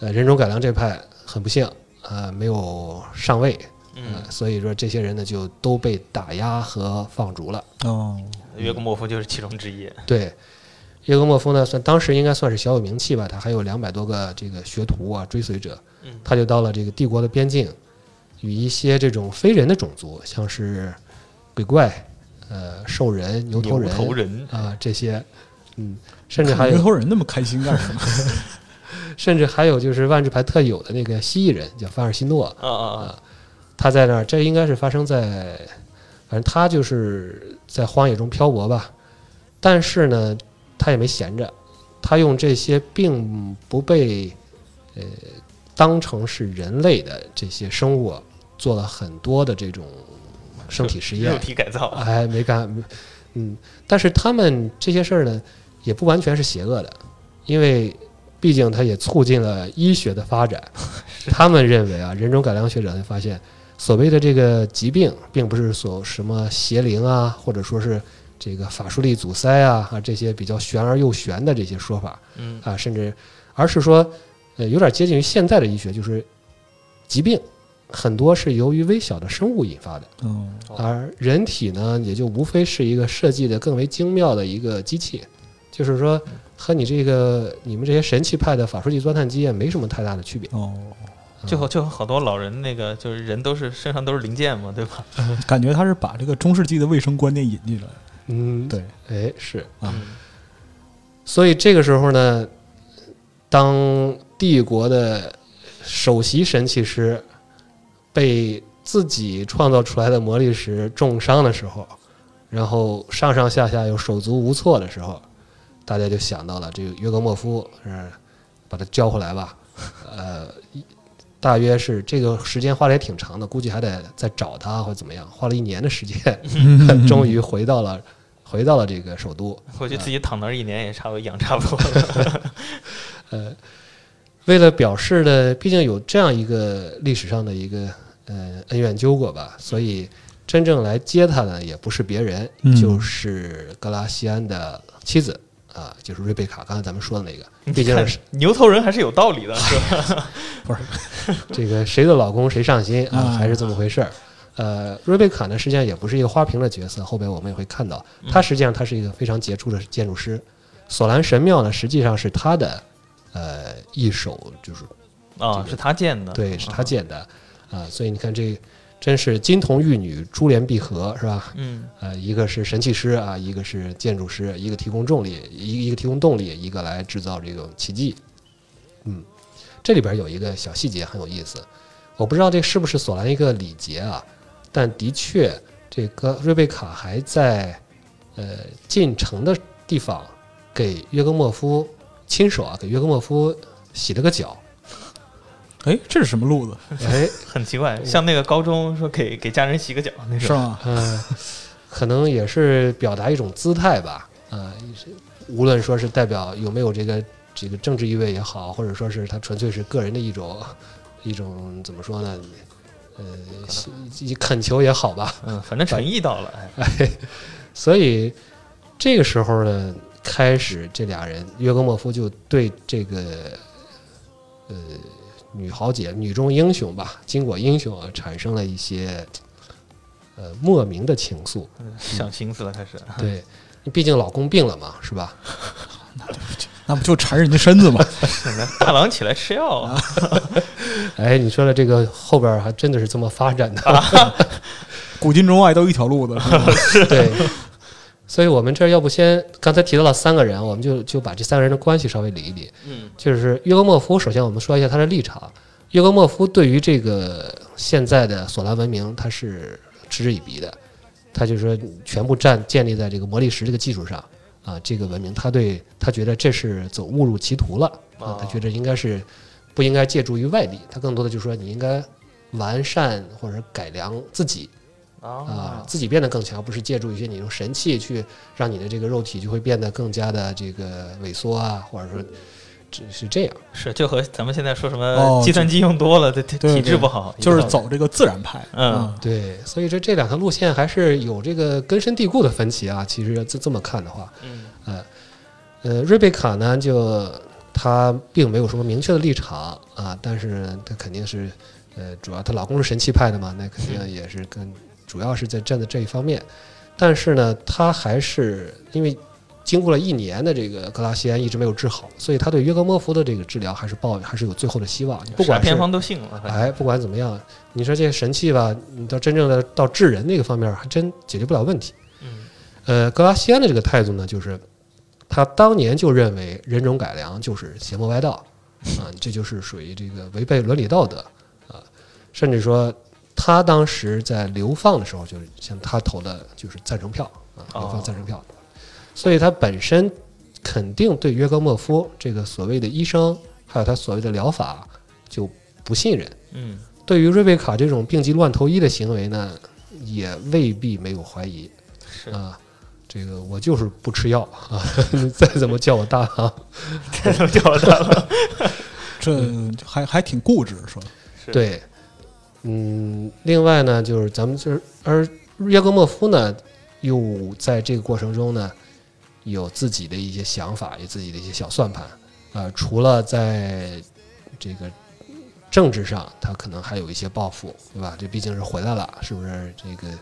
Speaker 3: 呃，人种改良这派很不幸，呃，没有上位，
Speaker 1: 嗯
Speaker 3: 呃，，所以说这些人呢就都被打压和放逐了。
Speaker 2: 哦，
Speaker 3: 嗯
Speaker 1: 约格莫夫就是其中之一。
Speaker 3: 对，耶格莫夫呢，算当时应该算是小有名气吧，他还有两百多个这个学徒啊追随者
Speaker 1: 嗯，
Speaker 3: 他就到了这个帝国的边境，与一些这种非人的种族，像是鬼怪、呃兽人、牛头
Speaker 1: 牛
Speaker 3: 人啊
Speaker 1: 头、人，
Speaker 3: 这些，嗯，甚至还
Speaker 2: 看牛
Speaker 3: 有
Speaker 2: 头人那么开心干什么？
Speaker 3: 甚至还有就是万智牌特有的那个蜥蜴人，叫凡尔西诺，
Speaker 1: 啊啊啊！
Speaker 3: 他在那儿，这应该是发生在，反正他就是在荒野中漂泊吧。但是呢，他也没闲着，他用这些并不被呃当成是人类的这些生物做了很多的这种身体实验
Speaker 1: 肉，体改造，
Speaker 3: 哎，没干，嗯，但是他们这些事儿呢，也不完全是邪恶的，因为毕竟它也促进了医学的发展。他们认为啊，人种改良学者就发现，所谓的这个疾病，并不是所什么邪灵啊，或者说是这个法术力阻塞啊啊这些比较玄而又玄的这些说法
Speaker 1: 嗯，
Speaker 3: 啊，甚至而是说，呃，有点接近于现在的医学，就是疾病很多是由于微小的生物引发的。
Speaker 2: 嗯，
Speaker 3: 而人体呢，也就无非是一个设计的更为精妙的一个机器，就是说和你这个你们这些神器派的法术级钻探机啊也没什么太大的区别。
Speaker 2: 哦，
Speaker 1: 就好就好多老人那个就是人都是身上都是零件嘛，对吧？
Speaker 2: 感觉他是把这个中世纪的卫生观念引进来了。
Speaker 3: 嗯，
Speaker 2: 对，
Speaker 3: 哎，是。
Speaker 2: 啊
Speaker 1: 嗯
Speaker 3: 所以这个时候呢，当帝国的首席神器师被自己创造出来的魔力石重伤的时候，然后上上下下又手足无措的时候，大家就想到了这个约格莫夫，是把他交回来吧。呃，大约是这个时间花的也挺长的，估计还得再找他或怎么样，花了一年的时间，终于回到了回到了这个首都。
Speaker 1: 我觉得自己躺那儿一年也差不多养差不多了。
Speaker 3: 呃，为了表示的，毕竟有这样一个历史上的一个呃恩怨纠葛吧，所以真正来接他的也不是别人，
Speaker 2: 嗯
Speaker 3: 就是格拉西安的妻子啊，就是瑞贝卡，刚才咱们说的那个， 毕竟是
Speaker 1: 牛头人还是有道 理的，是吧？
Speaker 3: 这个谁的老公谁上心啊，
Speaker 2: 啊
Speaker 3: 还是这么回事儿。呃，瑞贝卡呢，实际上也不是一个花瓶的角色，后边我们也会看到，她实际上她是一个非常杰出的建筑师。索兰神庙呢，实际上是她的呃一手就是
Speaker 1: 啊，是他建的，
Speaker 3: 对，是他建的，啊、所以你看这真是金童玉女，珠联璧合，是吧？
Speaker 1: 嗯，
Speaker 3: 呃，一个是神器师啊，一个是建筑师，一个提供重力，一一个提供动力，一个来制造这种奇迹。嗯，这里边有一个小细节很有意思，我不知道这是不是索兰一个礼节啊，但的确，这个瑞贝卡还在呃进城的地方给约格莫夫亲手啊给约格莫夫洗了个脚，
Speaker 2: 哎，这是什么路子？
Speaker 3: 哎，
Speaker 1: 很奇怪，像那个高中说给给家人洗个脚
Speaker 3: 啊
Speaker 1: 那
Speaker 2: 是
Speaker 1: 种，
Speaker 2: 吗？
Speaker 3: 呃，可能也是表达一种姿态吧，啊、是无论说是代表有没有这个这个政治意味也好，或者说是他纯粹是个人的一种一种怎么说呢，呃，一恳求也好吧，
Speaker 1: 嗯，反正诚意到了，哎，
Speaker 3: 所以这个时候呢，开始这俩人约格莫夫就对这个呃女豪杰、女中英雄吧，巾帼英雄啊，产生了一些呃莫名的情愫。
Speaker 1: 嗯想心思了开始。
Speaker 3: 对，毕竟老公病了嘛，是吧？
Speaker 2: 那不就缠人家身子吗？
Speaker 1: 大郎起来吃药啊，
Speaker 3: 哎，你说的这个后边还真的是这么发展的，
Speaker 2: 古今中外都一条路子，是吧
Speaker 3: 对。所以我们这儿要不先刚才提到了三个人，我们就就把这三个人的关系稍微理一理。
Speaker 1: 嗯，
Speaker 3: 就是约格莫夫，首先我们说一下他的立场。约格莫夫对于这个现在的索兰文明，他是嗤之以鼻的。他就说，全部站建立在这个魔力石这个技术上啊，这个文明，他对他觉得这是走误入歧途了啊
Speaker 1: 哦，
Speaker 3: 他觉得应该是不应该借助于外力，他更多的就是说你应该完善或者改良自己啊
Speaker 1: 啊，，
Speaker 3: 自己变得更强，不是借助一些你用神器去让你的这个肉体就会变得更加的这个萎缩啊，或者说只是这样。啊
Speaker 1: 是就和咱们现在说什么
Speaker 2: 哦
Speaker 1: 计算机用多了，这体
Speaker 2: 对
Speaker 1: 体质
Speaker 2: 对
Speaker 1: 不好，
Speaker 2: 就
Speaker 1: 一
Speaker 2: 是
Speaker 1: 样的
Speaker 2: 走这个自然派。啊
Speaker 1: 嗯，
Speaker 3: 对，所以这这两条路线还是有这个根深蒂固的分歧啊。其实要这这么看的话，
Speaker 1: 嗯
Speaker 3: 呃，瑞贝卡呢，就她并没有什么明确的立场啊，但是呢她肯定是，呃，主要她老公是神奇派的嘛，那肯定也是跟主要是在站在这一方面，但是呢，她还是因为经过了一年的这个格拉西安一直没有治好，所以她对约格莫夫的这个治疗还是抱还是有最后的希望，不
Speaker 1: 啥
Speaker 3: 管是
Speaker 1: 偏方都信了，反正
Speaker 3: 哎，不管怎么样，你说这神器吧，你到真正的到治人那个方面，还真解决不了问题。
Speaker 1: 嗯，
Speaker 3: 呃，格拉西安的这个态度呢，就是他当年就认为人种改良就是邪魔歪道啊、这就是属于这个违背伦理道德啊、甚至说他当时在流放的时候，就是像他投的就是赞成票啊，流
Speaker 1: 哦
Speaker 3: 放赞成票，所以他本身肯定对约格莫夫这个所谓的医生，还有他所谓的疗法就不信任。
Speaker 1: 嗯
Speaker 3: 对于瑞贝卡这种病急乱投医的行为呢，也未必没有怀疑。
Speaker 1: 是
Speaker 3: 啊，这个我就是不吃药啊， 你再怎么叫我大啊，
Speaker 1: 这就叫他 了，
Speaker 2: 这还还挺固执，说
Speaker 1: 是
Speaker 3: 对，嗯，另外呢，就是咱们就是而约格莫夫呢，又在这个过程中呢，有自己的一些想法，有自己的一些小算盘啊、除了在这个政治上，他可能还有一些抱负，对吧？这毕竟是回来了，是不是？这个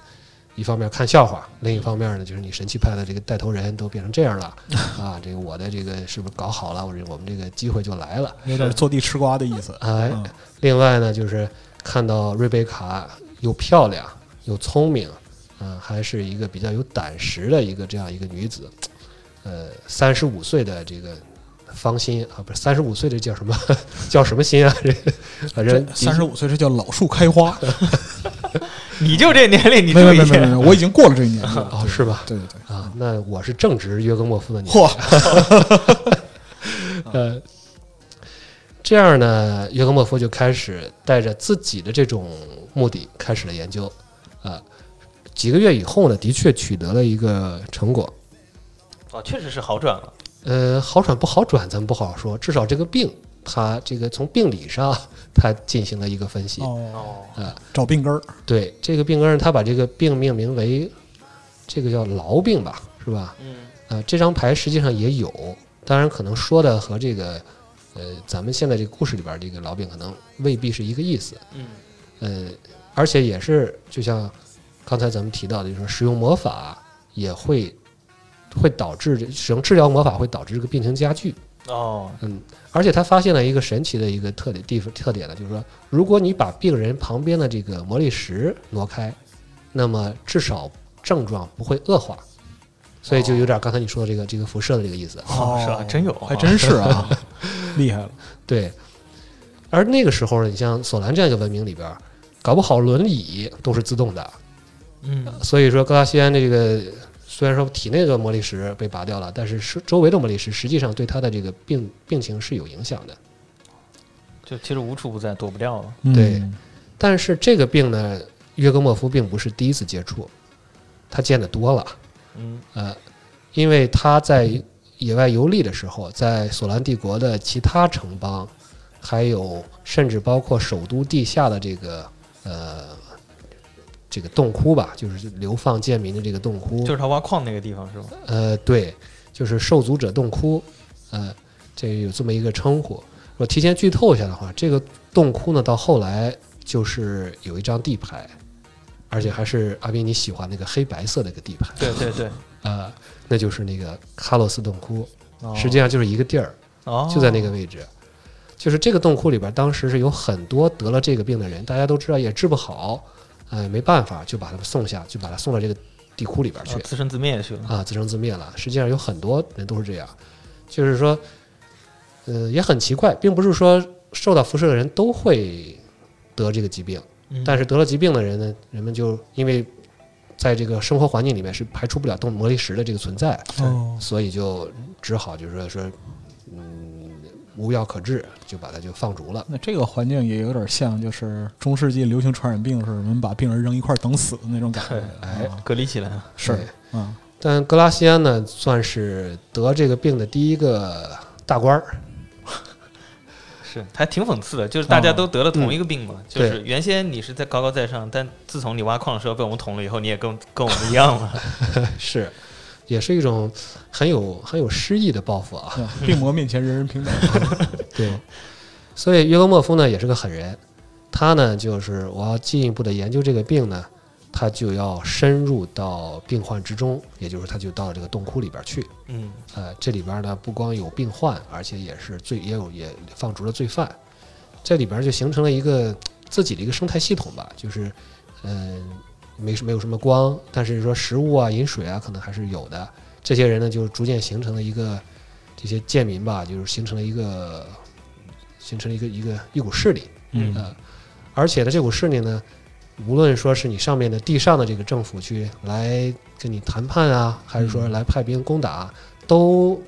Speaker 3: 一方面看笑话，另一方面呢，就是你神奇派的这个带头人都变成这样了啊，这个我的这个是不是搞好了？我这我们这个机会就来了。
Speaker 2: 有点坐地吃瓜的意思。
Speaker 3: 哎
Speaker 2: 嗯，
Speaker 3: 另外呢，就是看到瑞贝卡又漂亮又聪明，嗯、还是一个比较有胆识的一个这样一个女子，呃，三十五岁的这个芳心啊，不是三十五岁的叫什么 叫什么心啊？这反正
Speaker 2: 这三十五岁，这叫老树开 花。
Speaker 1: 你就这年龄，你
Speaker 2: 没有
Speaker 1: 注
Speaker 2: 没
Speaker 1: 意
Speaker 2: 有
Speaker 1: 一
Speaker 2: 没有没
Speaker 1: 下，
Speaker 2: 有，我已经过了这一年纪了。
Speaker 3: 哦，是吧？
Speaker 2: 对对对，
Speaker 3: 啊，那我是正值约格莫夫的年纪，
Speaker 2: 嚯，
Speaker 3: 呃，这样呢，约格莫夫就开始带着自己的这种目的开始了研究，啊、几个月以后呢，的确取得了一个成果，
Speaker 1: 哦，确实是好转了，
Speaker 3: 呃，好转不好转咱们不好说，至少这个病，它这个从病理上，它进行了一个分析，
Speaker 2: 哦，
Speaker 1: 哦，
Speaker 2: 找病根儿，
Speaker 3: 对这个病根儿，它把这个病命名为这个叫痨病吧，是吧？
Speaker 1: 嗯，
Speaker 3: 呃，这张牌实际上也有，当然可能说的和这个，呃，咱们现在这个故事里边儿这个老饼可能未必是一个意思，
Speaker 1: 嗯，
Speaker 3: 呃，而且也是就像刚才咱们提到的，就是说使用魔法也会会导致这使用治疗魔法会导致这个病情加剧，
Speaker 1: 哦，
Speaker 3: 嗯，而且他发现了一个神奇的一个特点地方特点呢，就是说，如果你把病人旁边的这个魔力石挪开，那么至少症状不会恶化，所以就有点刚才你说的这个这个辐射的这个意思。
Speaker 1: 哦是啊真有
Speaker 2: 还真是啊， 厉害了。
Speaker 3: 对，而那个时候呢，你像索兰这样一个文明里边儿，搞不好轮椅都是自动的，
Speaker 1: 嗯，
Speaker 3: 所以说格拉西安这个虽然说体内的魔力石被拔掉了，但是是周围的魔力石实际上对他的这个病病情是有影响的。
Speaker 1: 就其实无处不在，躲不掉了。
Speaker 2: 嗯
Speaker 3: 对但是这个病呢，约格莫夫并不是第一次接触，他见得多了。
Speaker 1: 嗯
Speaker 3: 呃，因为他在野外游历的时候，在索兰帝国的其他城邦，还有甚至包括首都地下的这个呃这个洞窟吧，就是流放贱民的这个洞窟，
Speaker 1: 就是他挖矿那个地方是吧？
Speaker 3: 呃，对，就是受阻者洞窟，呃，这有这么一个称呼。我提前剧透一下的话，这个洞窟呢，到后来就是有一张地牌，而且还是阿斌你喜欢那个黑白色的一个地牌，
Speaker 1: 对对对，
Speaker 3: 呃，那就是那个卡洛斯洞窟，
Speaker 1: 哦
Speaker 3: 实际上就是一个地儿，
Speaker 1: 哦，
Speaker 3: 就在那个位置。就是这个洞窟里边，当时是有很多得了这个病的人，大家都知道也治不好，呃，没办法，就把他们送下，就把他送到这个地窟里边去
Speaker 1: 哦。自生自灭去了。
Speaker 3: 啊，自生自灭了。实际上有很多人都是这样，就是说，呃，也很奇怪，并不是说受到辐射的人都会得这个疾病，
Speaker 1: 嗯
Speaker 3: 但是得了疾病的人呢，人们就因为在这个生活环境里面是排除不了动魔力石的这个存在，
Speaker 2: 哦，
Speaker 3: 所以就只好就是说说，嗯，无药可治，就把它就放逐了。
Speaker 2: 那这个环境也有点像，就是中世纪流行传染病时，我们把病人扔一块儿等死的那种感觉
Speaker 1: 对。哦
Speaker 2: 哎，
Speaker 1: 隔离起来了。
Speaker 2: 是
Speaker 3: 对
Speaker 2: 啊，
Speaker 3: 但格拉西安呢，算是得这个病的第一个大官儿，
Speaker 1: 是，还挺讽刺的，就是大家
Speaker 2: 哦
Speaker 1: 都得了同一个病嘛，就
Speaker 3: 啊嗯对
Speaker 1: 是原先你是在高高在上，但自从你挖矿的时候被我们捅了以后，你也跟跟我们一样了。
Speaker 3: 是，也是一种很有很有诗意的报复啊。
Speaker 2: 对病魔面前人人平等。
Speaker 3: 对，所以约格莫夫呢也是个狠人，他呢就是我要进一步的研究这个病呢，他就要深入到病患之中，也就是他就到这个洞窟里边去。
Speaker 1: 嗯，
Speaker 3: 呃，这里边呢不光有病患，而且也是罪也有也放逐了罪犯，这里边就形成了一个自己的一个生态系统吧，就是嗯、没什没有什么光，但是说食物啊、饮水啊可能还是有的。这些人呢就逐渐形成了一个这些贱民吧，就是形成了一个形成了一个一个一股势力，
Speaker 1: 嗯
Speaker 3: 呃，而且呢这股势力呢。无论说是你上面的地上的这个政府去来跟你谈判啊，还是说来派兵攻打，都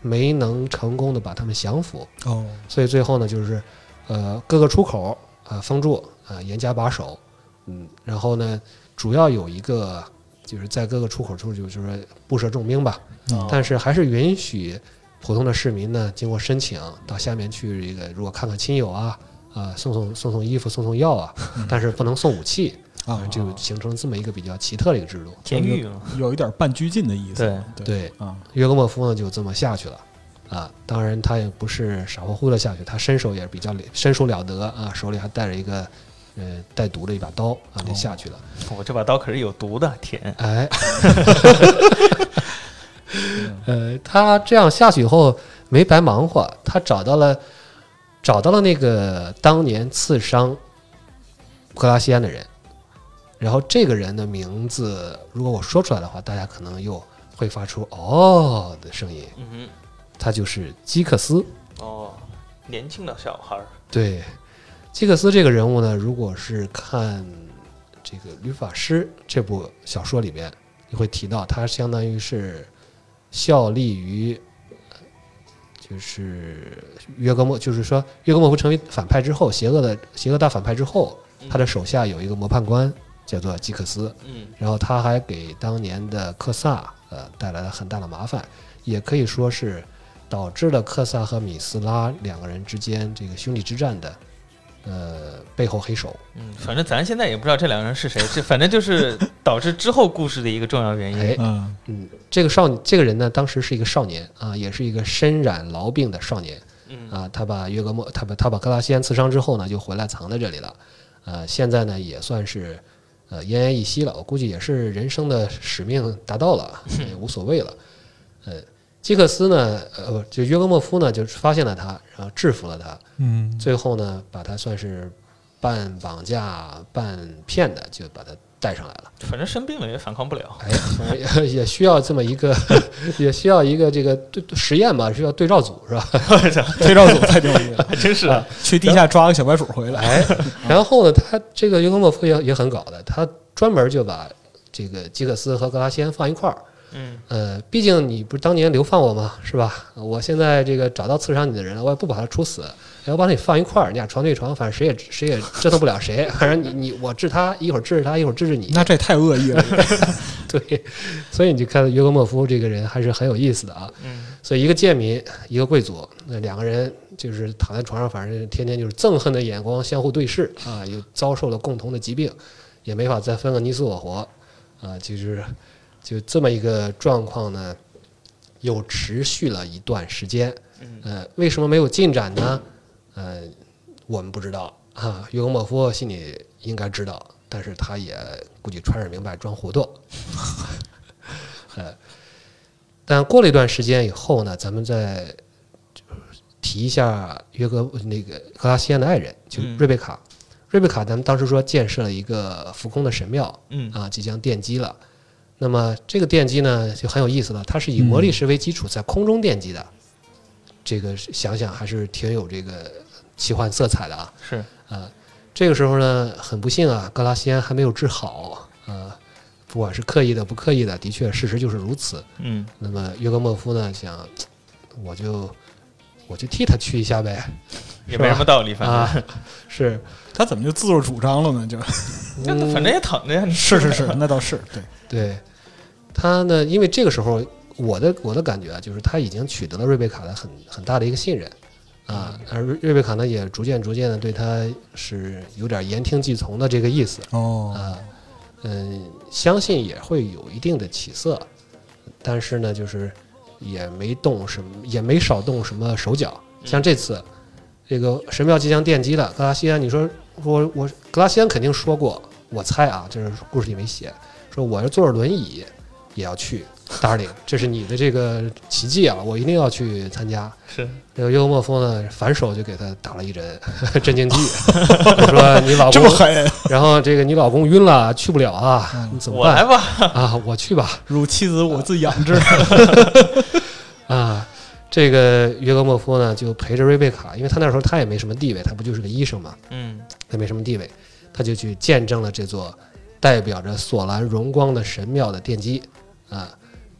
Speaker 3: 没能成功的把他们降服，
Speaker 2: 哦，
Speaker 3: 所以最后呢，就是呃各个出口啊、呃封住啊、呃严加把守，嗯，然后呢，主要有一个就是在各个出口处就就是说布设重兵吧，
Speaker 2: 嗯
Speaker 1: 哦
Speaker 3: 但是还是允许普通的市民呢经过申请到下面去这个如果看看亲友啊。啊、送送送送衣服，送送药啊，但是不能送武器
Speaker 2: 嗯啊，
Speaker 3: 就形成这么一个比较奇特的一个制度。
Speaker 1: 监狱了。
Speaker 2: 有一点半拘禁的意思。
Speaker 1: 对
Speaker 2: 对
Speaker 3: 对，
Speaker 2: 啊，
Speaker 3: 约格莫夫呢就这么下去了。啊，当然他也不是傻乎乎的下去，他身手也比较了身手了得啊，手里还带着一个呃带毒的一把刀啊，
Speaker 2: 哦
Speaker 3: 就下去了。
Speaker 1: 我这把刀可是有毒的，舔。
Speaker 3: 哎，呃，他这样下去以后没白忙活，他找到了找到了那个当年刺伤格拉西安的人，然后这个人的名字如果我说出来的话，大家可能又会发出哦的声音。
Speaker 1: 嗯
Speaker 3: 他就是基克斯。
Speaker 1: 哼，哦，年轻的小孩儿。
Speaker 3: 对，基克斯这个人物呢，如果是看这个《律法师》这部小说里边，你会提到他相当于是效力于，呃就是约格莫，就是说约格莫夫成为反派之后，邪恶的邪恶大反派之后，他的手下有一个模判官叫做基克斯，
Speaker 1: 嗯
Speaker 3: 然后他还给当年的克萨呃带来了很大的麻烦，也可以说是导致了克萨和米斯拉两个人之间这个兄弟之战的呃背后黑手。
Speaker 1: 嗯，反正咱现在也不知道这两个人是谁，这反正就是导致之后故事的一个重要原因。
Speaker 3: 哎，
Speaker 2: 嗯，
Speaker 3: 嗯，这个少这个人呢，当时是一个少年啊，也是一个身染痨病的少年
Speaker 1: 嗯
Speaker 3: 啊。他把约格莫，他把他把克拉西安刺伤之后呢，就回来藏在这里了。呃，现在呢也算是呃奄奄一息了，我估计也是人生的使命达到了，也无所谓了。呃，基克斯呢，呃，不就约格莫夫呢，就是发现了他，然后制服了他，
Speaker 2: 嗯，
Speaker 3: 最后呢，把他算是半绑架半骗的，就把他带上来了。
Speaker 1: 反正生病了也反抗不了。
Speaker 3: 哎，反正也也需要这么一个， 也需要一个这个对实验吧，需要对照组是吧？
Speaker 1: 我操，
Speaker 2: 对照组太牛逼 了，
Speaker 1: 还真是啊。
Speaker 2: 去地下抓个小白鼠回来。
Speaker 3: 哎，然后呢，他这个尤格莫夫也也很搞的，他专门就把这个基克斯和格拉西安放一块儿。
Speaker 1: 嗯，
Speaker 3: 呃，毕竟你不是当年流放我吗？是吧？我现在这个找到刺伤你的人了，我也不把他处死，我把你放一块儿，你俩床对床，反正谁也谁也折腾不了谁，反正你你我治他，一会儿治治他，一会儿治治你，
Speaker 2: 那这也太恶意了。
Speaker 3: 对，所以你就看约格莫夫这个人还是很有意思的啊。
Speaker 1: 嗯
Speaker 3: 所以一个贱民，一个贵族，那两个人就是躺在床上，反正天天就是憎恨的眼光相互对视啊，又遭受了共同的疾病，也没法再分个你死我活啊，就是就这么一个状况呢，又持续了一段时间。呃，为什么没有进展呢？呃，我们不知道啊。约格莫夫心里应该知道，但是他也估计揣着明白装糊涂。 呃，但过了一段时间以后呢，咱们再就是提一下约格那个格拉西安的爱人，就
Speaker 1: 嗯
Speaker 3: 瑞贝卡。瑞贝卡，咱们当时说建设了一个浮空的神庙
Speaker 1: 嗯
Speaker 3: 啊，即将奠基了。那么这个奠基呢，就很有意思了，它是以
Speaker 1: 嗯
Speaker 3: 魔力石为基础在空中奠基的。这个想想还是挺有这个奇幻色彩的啊。
Speaker 1: 是
Speaker 3: 这个时候呢，很不幸啊，格拉西安还没有治好啊、不管是刻意的、不刻意的，的确事实就是如此。
Speaker 1: 嗯
Speaker 3: 那么约格莫夫呢，想我就我就替他去一下呗
Speaker 1: 也
Speaker 3: 是吧
Speaker 1: 没什么道理，反正、
Speaker 3: 啊， 是，
Speaker 2: 他怎么就自作主张了呢？就
Speaker 1: 那那反正也躺着呀，你
Speaker 2: 是是是，那倒是对，
Speaker 3: 对他呢，因为这个时候我的我的感觉啊，就是他已经取得了瑞贝卡的很很大的一个信任啊，而瑞瑞贝卡呢也逐渐逐渐的对他是有点言听计从的这个意思
Speaker 2: 哦，
Speaker 3: 啊，嗯，相信也会有一定的起色，但是呢，就是也没动什么，也没少动什么手脚。
Speaker 2: 嗯
Speaker 3: 像这次，这个神庙即将奠基了，格拉西安，你说我我格拉西安肯定说过，我猜啊，这是故事里没写，说我要坐着轮椅也要去，darling，这是你的这个奇迹啊，我一定要去参加。
Speaker 1: 是
Speaker 3: 这个幽默风呢，反手就给他打了一针 镇静剂，说你老
Speaker 2: 这
Speaker 3: 公
Speaker 2: 么狠，
Speaker 3: 然后这个你老公晕了，去不了啊，
Speaker 2: 嗯
Speaker 3: 你怎么
Speaker 1: 我来
Speaker 3: 办
Speaker 1: 吧，
Speaker 3: 啊？我去吧
Speaker 2: 汝妻子我自 养之。
Speaker 3: 啊！这个约格莫夫呢，就陪着瑞贝卡，因为他那时候他也没什么地位，他不就是个医生嘛，
Speaker 1: 嗯
Speaker 3: 他没什么地位，他就去见证了这座代表着索兰荣光的神庙的奠基啊。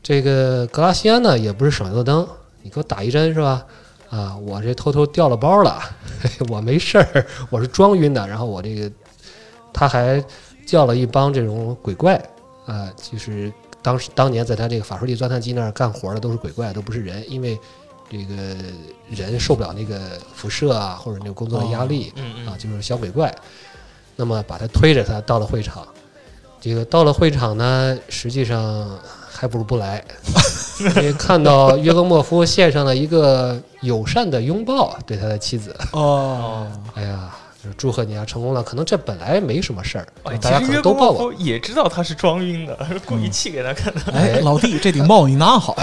Speaker 3: 这个格拉西安呢，也不是省油的灯，你给我打一针是吧？啊，我这偷偷掉了包了，我没事儿，我是装晕的。然后我这个，他还叫了一帮这种鬼怪啊，就是当时当年在他这个法术力钻探机那儿干活的都是鬼怪，都不是人，因为这个人受不了那个辐射啊，或者那个工作的压力，
Speaker 1: 嗯
Speaker 3: 啊
Speaker 1: 嗯，
Speaker 3: 就是小鬼怪。那么把他推着他到了会场，这个到了会场呢，实际上还不如不 来，因为看到约格莫夫献上了一个友善的拥抱对他的妻子，
Speaker 2: 哦，
Speaker 3: 哎呀，就是祝贺你啊，成功了。可能这本来没什么事儿，
Speaker 1: 哎，其
Speaker 3: 大家可
Speaker 1: 实约
Speaker 3: 能
Speaker 1: 格
Speaker 3: 都嗯抱
Speaker 1: 莫
Speaker 3: 我。
Speaker 1: 夫也知道他是装晕的， 故意气给他看的。
Speaker 2: 哎，老弟，这顶帽你拿好，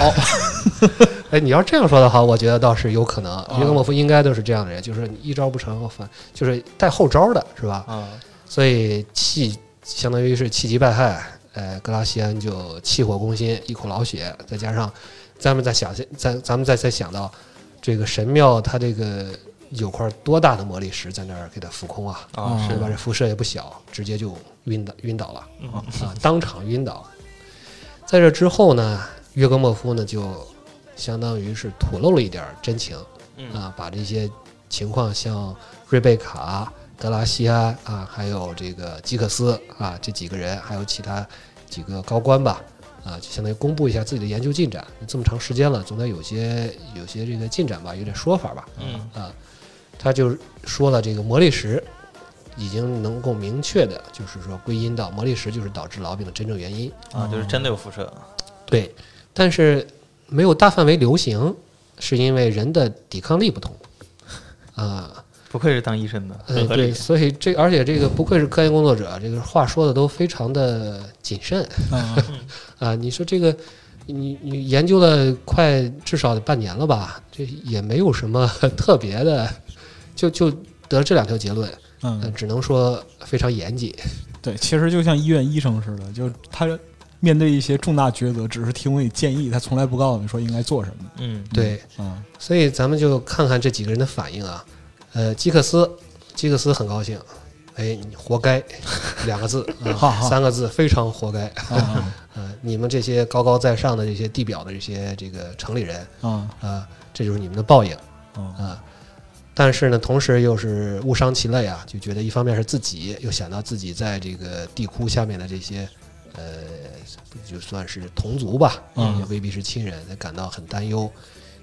Speaker 3: 哎，你要这样说的话，我觉得倒是有可能
Speaker 2: 啊。
Speaker 3: 约格莫夫应该都是这样的人，就是你一招不成，反就是带后招的，是吧？
Speaker 1: 啊，
Speaker 3: 所以气相当于是气急败坏，呃，格拉西安就气火攻心，一口老血，再加上咱们再想咱咱们再再想到这个神庙，它这个有块多大的魔力石在那儿给它浮空啊，
Speaker 1: 啊
Speaker 2: 嗯
Speaker 1: 是
Speaker 3: 对吧？
Speaker 1: 的，
Speaker 3: 这辐射也不小，直接就晕倒晕倒了
Speaker 1: 嗯
Speaker 3: 啊，当场晕倒。在这之后呢，约格莫夫呢就相当于是吐露了一点儿真情，
Speaker 1: 嗯
Speaker 3: 啊，把这些情况向瑞贝卡、德拉西安啊，还有这个基克斯啊这几个人，还有其他几个高官吧，啊，就相当于公布一下自己的研究进展。这么长时间了，总得有些有些这个进展吧，有点说法吧。
Speaker 1: 嗯
Speaker 3: 他就说了，这个魔力石已经能够明确的，就是说归因到魔力石就是导致痨病的真正原因。
Speaker 1: 啊，就是真的有辐射。
Speaker 3: 对，但是没有大范围流行，是因为人的抵抗力不同。啊、
Speaker 1: 不愧是当医生的，
Speaker 3: 呃
Speaker 1: 很，合
Speaker 3: 对，
Speaker 1: 理。
Speaker 3: 所以这而且这个不愧是科研工作者，这个话说的都非常的谨慎
Speaker 2: 啊，
Speaker 3: 啊。你说这个，你你研究了快至少得半年了吧？这也没有什么 特别的，就就得这两条结论，呃
Speaker 2: 嗯，
Speaker 3: 只能说非常严谨。
Speaker 1: 嗯
Speaker 2: 对，其实就像医院医生似的，就他面对一些重大抉择，只是提供你建议，他从来不告诉你说应该做什么。
Speaker 1: 嗯
Speaker 3: 对，
Speaker 2: 嗯，
Speaker 3: 所以咱们就看看这几个人的反应啊。呃，基克斯，基克斯很高兴，哎，你活该，两 个字， 啊
Speaker 2: 好好
Speaker 3: 三个字，非常活该。
Speaker 2: 啊
Speaker 3: 呃，你们这些高高在上的这些地表的这些这个城里人
Speaker 2: 啊
Speaker 3: 啊、这就是你们的报应啊、
Speaker 2: 啊！
Speaker 3: 但是呢，同时又是误伤其类啊，就觉得一方面是自己，又想到自己在这个地窟下面的这些，呃，就算是同族吧，
Speaker 2: 嗯
Speaker 3: 也未必是亲人，他感到很担忧。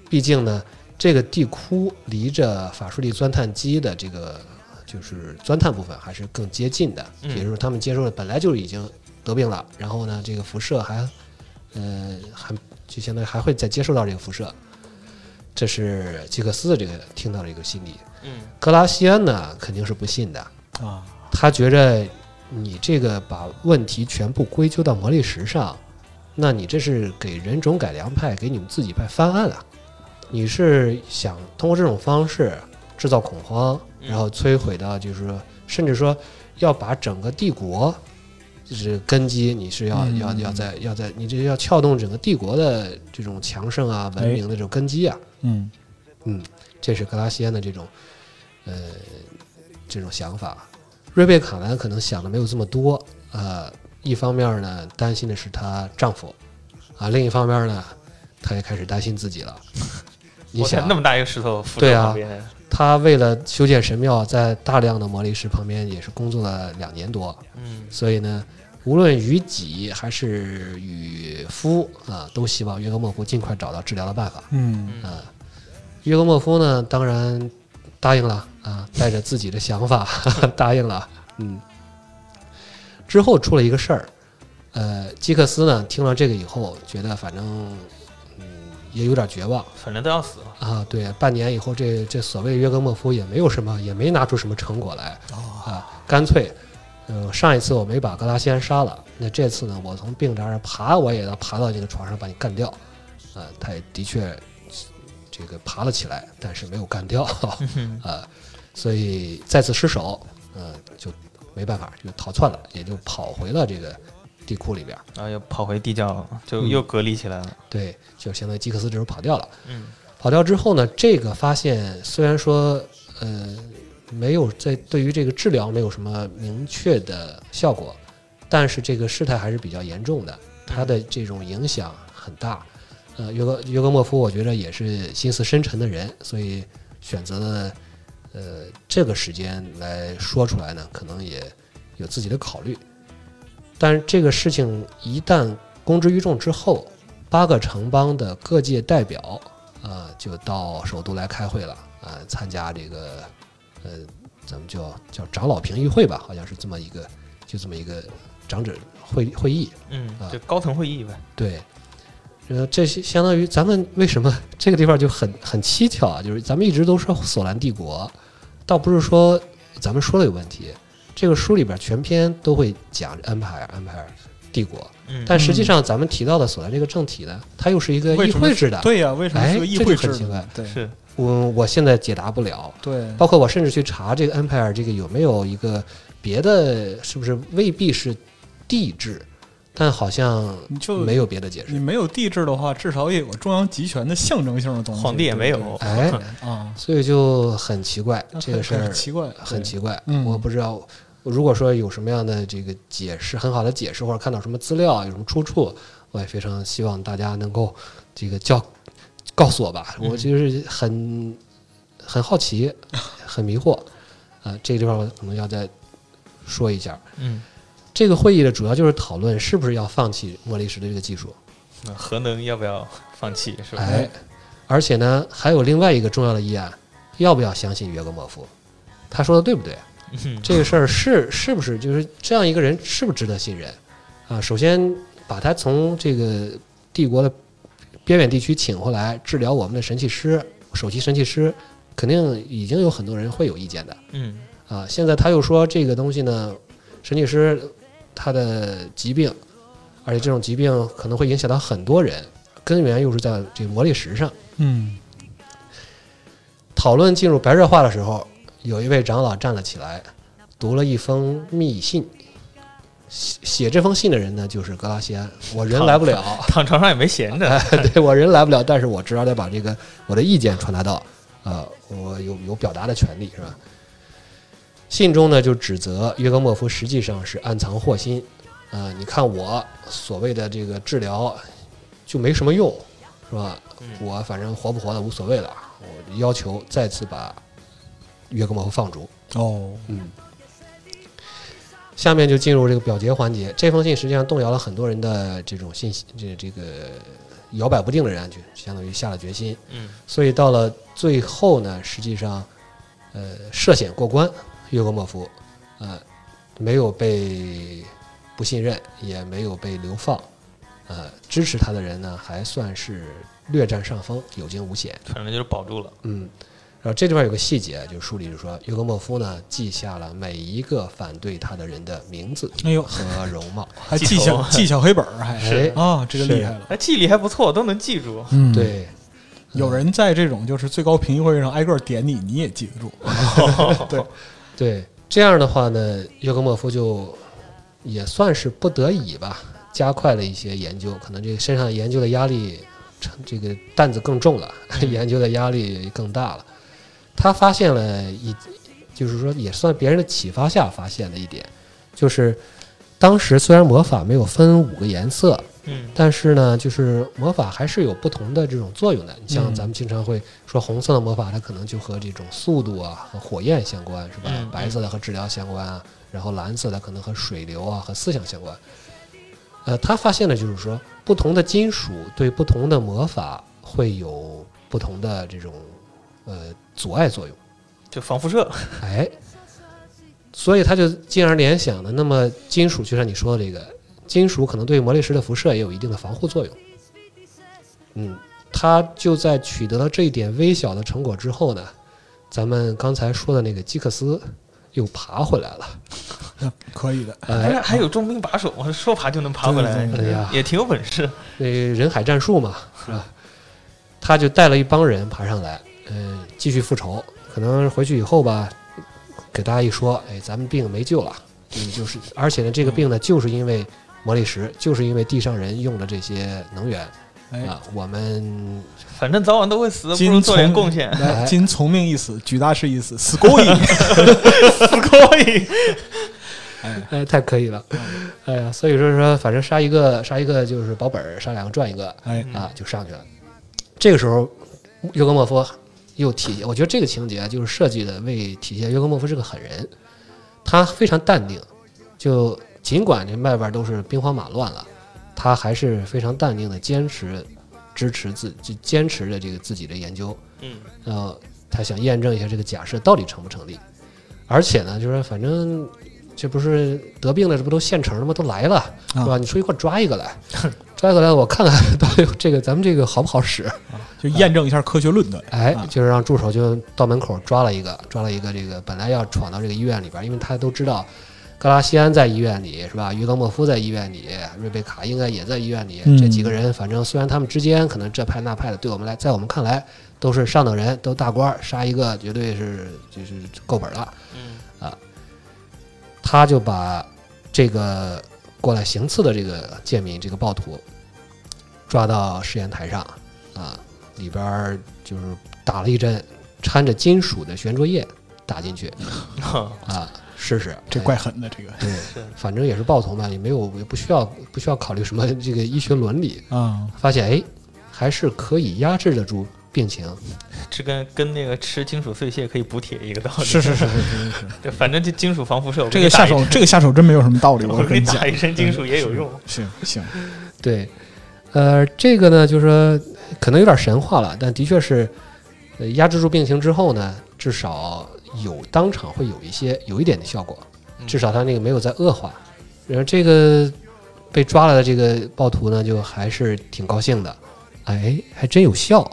Speaker 3: 毕竟呢，这个地窟离着法术力钻探机的这个就是钻探部分还是更接近的，
Speaker 1: 嗯
Speaker 3: 也就是说他们接受了本来就已经得病了，然后呢，这个辐射还，呃，还就相当于还会再接受到这个辐射。这是基克斯的这个听到的一个心理，
Speaker 1: 嗯
Speaker 3: 格拉西安呢肯定是不信的，
Speaker 2: 啊，
Speaker 3: 他觉着你这个把问题全部归咎到魔力石上，那你这是给人种改良派给你们自己派翻案啊！你是想通过这种方式制造恐慌，
Speaker 1: 嗯
Speaker 3: 然后摧毁到就是说，甚至说要把整个帝国。就是根基，你是要
Speaker 2: 嗯
Speaker 3: 要要在要在，你这要撬动整个帝国的这种强盛啊、文明的这种根基啊。
Speaker 2: 嗯
Speaker 3: 这是格拉西安的这种，呃，这种想法。瑞贝卡呢，可能想的没有这么多，呃，一方面呢，担心的是她丈夫，啊，另一方面呢，她也开始担心自己了。你
Speaker 1: 我看
Speaker 3: 想
Speaker 1: 那，么大一个石头扶
Speaker 3: 对
Speaker 1: 在
Speaker 3: 啊
Speaker 1: 旁边，
Speaker 3: 她为了修建神庙，在大量的魔力石旁边也是工作了两年多，
Speaker 1: 嗯
Speaker 3: 所以呢，无论与己还是与夫啊，都希望约格莫夫尽快找到治疗的办法。
Speaker 2: 嗯
Speaker 1: 嗯
Speaker 3: 啊，约格莫夫呢，当然答应了啊，带着自己的想法 答应了。嗯，之后出了一个事儿，呃，基克斯呢听了这个以后，觉得反正嗯也有点绝望
Speaker 1: 反正都要死了，
Speaker 3: 啊。对，半年以后这这所谓约格莫夫也没有什么，也没拿出什么成果来
Speaker 2: 啊
Speaker 3: 啊，干脆。嗯，上一次我没把格拉西安杀了，那这次呢，我从病床上爬，我也要爬到这个床上把你干掉。啊、他也的确这个爬了起来，但是没有干掉，啊、所以再次失手，嗯、就没办法，就逃窜了，也就跑回了这个地库里边儿。
Speaker 1: 啊然后又跑回地窖了，就
Speaker 3: 嗯
Speaker 1: 又隔离起来了。
Speaker 3: 对，就相当于基克斯这时候跑掉了。
Speaker 1: 嗯
Speaker 3: 跑掉之后呢，这个发现虽然说，呃，没有在对于这个治疗没有什么明确的效果，但是这个事态还是比较严重的，它的这种影响很大。呃，约格约格莫夫，我觉得也是心思深沉的人，所以选择了呃这个时间来说出来呢，可能也有自己的考虑。但是这个事情一旦公之于众之后，八个城邦的各界代表呃，就到首都来开会了，呃，参加这个，呃，咱们叫叫长老评议会吧，好像是这么一个，就这么一个长者会会议。
Speaker 1: 嗯，
Speaker 3: 啊
Speaker 1: 就高层会议呗。
Speaker 3: 对，呃，这些相当于咱们为什么这个地方就很很蹊跷啊？就是咱们一直都说索兰帝国，倒不是说咱们说的有问题，这个书里边全篇都会讲 empire empire 帝国，
Speaker 1: 嗯，
Speaker 3: 但实际上咱们提到的索兰这个政体呢，它又是一个
Speaker 2: 为
Speaker 3: 议
Speaker 2: 什么
Speaker 3: 会制的。
Speaker 2: 对呀、为什么是个
Speaker 3: 哎
Speaker 2: 议会
Speaker 3: 这就
Speaker 2: 制
Speaker 3: 很奇
Speaker 2: 的
Speaker 3: 怪？
Speaker 2: 对
Speaker 1: 是
Speaker 3: 我我现在解答不了，
Speaker 2: 对，
Speaker 3: 包括我甚至去查这个 empire 这个有没有一个别的，是不是未必是地质，但好像
Speaker 2: 你就
Speaker 3: 没有别的解释
Speaker 2: 你。没有地制的话，至少也有个中央集权的象征性的东西。
Speaker 1: 皇帝也没
Speaker 2: 对不
Speaker 1: 有
Speaker 2: 对。
Speaker 3: 哎，
Speaker 2: 啊，
Speaker 3: 所以就很奇怪，
Speaker 2: 那
Speaker 3: 这个
Speaker 2: 很
Speaker 3: 事儿
Speaker 2: 很奇怪，
Speaker 3: 很奇怪，
Speaker 2: 嗯
Speaker 3: 我不知道。如果说有什么样的这个解释，很好的解释，或者看到什么资料有什么出处，我也非常希望大家能够这个叫告诉我吧。
Speaker 1: 嗯
Speaker 3: 我就是很很好奇，很迷惑啊、这个地方我可能要再说一下。
Speaker 1: 嗯，
Speaker 3: 这个会议的主要就是讨论是不是要放弃莫里石的这个技术。
Speaker 1: 那核能要不要放弃是吧？
Speaker 3: 哎，而且呢，还有另外一个重要的议案，要不要相信约格莫夫？他说的对不对？
Speaker 1: 嗯
Speaker 3: 这个事儿是是不是就是这样一个人是不是值得信任啊？首先把他从这个帝国的边远地区请回来治疗我们的神器师，首席神器师，肯定已经有很多人会有意见的。
Speaker 1: 嗯
Speaker 3: 啊，现在他又说这个东西呢，神技师他的疾病，而且这种疾病可能会影响到很多人，根源又是在这个魔力石上。
Speaker 2: 嗯
Speaker 3: 讨论进入白热化的时候，有一位长老站了起来，读了一封密信。写写这封信的人呢，就是格拉西安。我人来不了，
Speaker 1: 躺床上也没闲着。
Speaker 3: 对我人来不了，但是我至少得把这个我的意见传达到，呃，我有有表达的权利，是吧？信中呢就指责约格莫夫实际上是暗藏祸心，啊、你看我所谓的这个治疗就没什么用，是吧？
Speaker 1: 嗯
Speaker 3: 我反正活不活的无所谓了，我要求再次把约个毛放逐。
Speaker 2: 哦，
Speaker 3: 嗯，下面就进入这个表决环节。这封信实际上动摇了很多人的这种信息，这这个摇摆不定的人安全，相当于下了决心。
Speaker 1: 嗯，
Speaker 3: 所以到了最后呢，实际上，呃，涉险过关，约格莫夫，呃，没有被不信任，也没有被流放，呃，支持他的人呢，还算是略占上风，有惊无险。
Speaker 1: 反正就是保住了。
Speaker 3: 嗯，然后这地方有个细节，就书里就说，约格莫夫呢记下了每一个反对他的人的名字
Speaker 2: 哎呦，
Speaker 3: 和容貌。
Speaker 2: 还
Speaker 1: 记
Speaker 2: 记
Speaker 1: 仇啊
Speaker 2: 小记小黑本儿，还
Speaker 1: 是
Speaker 2: 啊，这个
Speaker 3: 是
Speaker 2: 厉害了。
Speaker 1: 哎，记忆力还不错，都能记住。
Speaker 2: 嗯，，
Speaker 3: 对，
Speaker 2: 有人在这种就是最高评议会上挨个点你，你也记得住。 对，
Speaker 3: 对，这样的话呢，约格莫夫就也算是不得已吧，加快了一些研究，可能这个身上研究的压力，承这个担子更重了， 研究的压力更大了。他发现了一，就是说也算别人的启发下发现的一点，就是当时虽然魔法没有分五个颜色，
Speaker 1: 嗯
Speaker 3: 但是呢，就是魔法还是有不同的这种作用的。你像
Speaker 2: 嗯
Speaker 3: 咱们经常会说红色的魔法，它可能就和这种速度啊、和火焰相关，是吧
Speaker 1: 嗯嗯？
Speaker 3: 白色的和治疗相关啊，然后蓝色的可能和水流啊、和思想相关。呃，他发现了，就是说不同的金属对不同的魔法会有不同的这种呃阻碍作用。
Speaker 1: 就防辐射。
Speaker 3: 哎，所以他就进而联想了，那么金属就像你说的这个，金属可能对魔力石的辐射也有一定的防护作用。嗯，他就在取得了这一点微小的成果之后呢，咱们刚才说的那个基克斯又爬回来了。
Speaker 2: 可以的。
Speaker 1: 还
Speaker 3: 哎，
Speaker 1: 还有重兵把守，我说爬就能爬回来
Speaker 2: 对
Speaker 3: 对对哎呀，
Speaker 1: 也挺有本事。
Speaker 3: 那人海战术嘛，是吧？他就带了一帮人爬上来，嗯、继续复仇。可能回去以后吧，给大家一说，哎，咱们病没救了，嗯，就是，而且呢，这个病呢，就是因为魔力石，就是因为地上人用的这些能源
Speaker 2: 哎，
Speaker 3: 啊，我们
Speaker 1: 反正早晚都会死，不如
Speaker 2: 金
Speaker 1: 做点
Speaker 2: 从
Speaker 1: 贡献。 哎
Speaker 2: 来，今从命一死，举大事一死，死过一。
Speaker 1: 死可以。
Speaker 3: 哎太可以了，哎呀，所以说说，反正杀一个杀一个就是保本儿，杀两个赚一个
Speaker 2: 哎，
Speaker 1: 嗯
Speaker 3: 啊，就上去了。这个时候，约格莫夫又体，我觉得这个情节就是设计的为体现约格莫夫是个狠人，他非常淡定，就尽管这外边都是兵荒马乱了，他还是非常淡定的坚持支持自就坚持着这个自己的研究，
Speaker 1: 嗯，
Speaker 3: 呃，他想验证一下这个假设到底成不成立，而且呢，就是反正。这不是得病的，这不都现成的吗？都来了，是吧？
Speaker 2: 啊
Speaker 3: 你出去给我抓一个来，抓一个来，我看看到底这个咱们这个好不好使。
Speaker 2: 就验证一下科学论断。
Speaker 3: 哎
Speaker 2: 啊，
Speaker 3: 就是让助手就到门口抓了一个，抓了一个这个本来要闯到这个医院里边儿，因为他都知道格拉西安在医院里是吧？于格莫夫在医院里，瑞贝卡应该也在医院里。
Speaker 2: 嗯
Speaker 3: 这几个人，反正虽然他们之间可能这派那派的，对我们来，在我们看来都是上等人，都大官儿，杀一个绝对是就是够本儿了。
Speaker 1: 嗯
Speaker 3: 他就把这个过来行刺的这个贱民，这个暴徒抓到试验台上啊，里边儿就是打了一针，掺着金属的悬浊液打进去啊，试试
Speaker 2: 这
Speaker 3: 哎
Speaker 2: 怪狠的，这个
Speaker 3: 对，反正也是暴徒嘛，也没有也不需要不需要考虑什么这个医学伦理，
Speaker 2: 啊，
Speaker 3: 发现哎还是可以压制得住病情，
Speaker 1: 这跟跟那个吃金属碎屑可以补铁一个道理。
Speaker 2: 是是是是 是是，
Speaker 1: 对，反正就金属防辐射，我
Speaker 2: 这
Speaker 1: 给
Speaker 2: 个
Speaker 1: 你
Speaker 2: 下
Speaker 1: 打一
Speaker 2: 手这个下手真没有什么道理，
Speaker 1: 我
Speaker 2: 跟
Speaker 1: 给
Speaker 2: 你
Speaker 1: 你
Speaker 2: 讲
Speaker 1: 打，一身金属也有用。
Speaker 2: 行行，
Speaker 3: 对，呃，这个呢，就是说可能有点神话了，但的确是，呃，压制住病情之后呢，至少有当场会有一些有一点的效果，
Speaker 1: 嗯
Speaker 3: 至少他那个没有在恶化。然后这个被抓了的这个暴徒呢，就还是挺高兴的，哎，还真有效。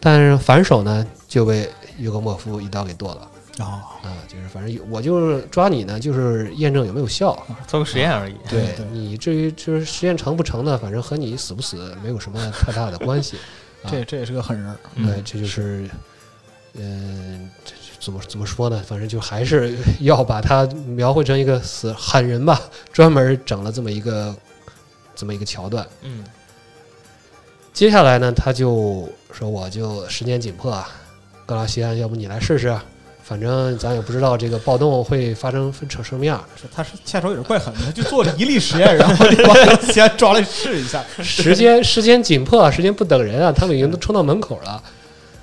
Speaker 3: 但是反手呢，就被约格莫夫一刀给剁了
Speaker 2: 哦，
Speaker 3: 啊！就是反正有我就是抓你呢，就是验证有没有效，
Speaker 1: 做个实验而已。
Speaker 3: 对
Speaker 2: 对
Speaker 3: 你至于就是实验成不成呢，反正和你死不死没有什么太大的关系。啊
Speaker 2: 这这也是个狠人儿，
Speaker 1: 嗯
Speaker 3: 对，这就是，嗯、这这怎么怎么说呢？反正就还是 要把它描绘成一个死狠人吧，专门整了这么一个这么一个桥段。
Speaker 1: 嗯
Speaker 3: 接下来呢，他就说我就时间紧迫啊，格拉西安，要不你来试试？啊反正咱也不知道这个暴动会发生分成什么样，
Speaker 2: 是他是下手也是怪狠的，他就做了一例实验，然后就 把人先抓来试一下，
Speaker 3: 时间时间紧迫啊，时间不等人啊，他们已经都冲到门口了。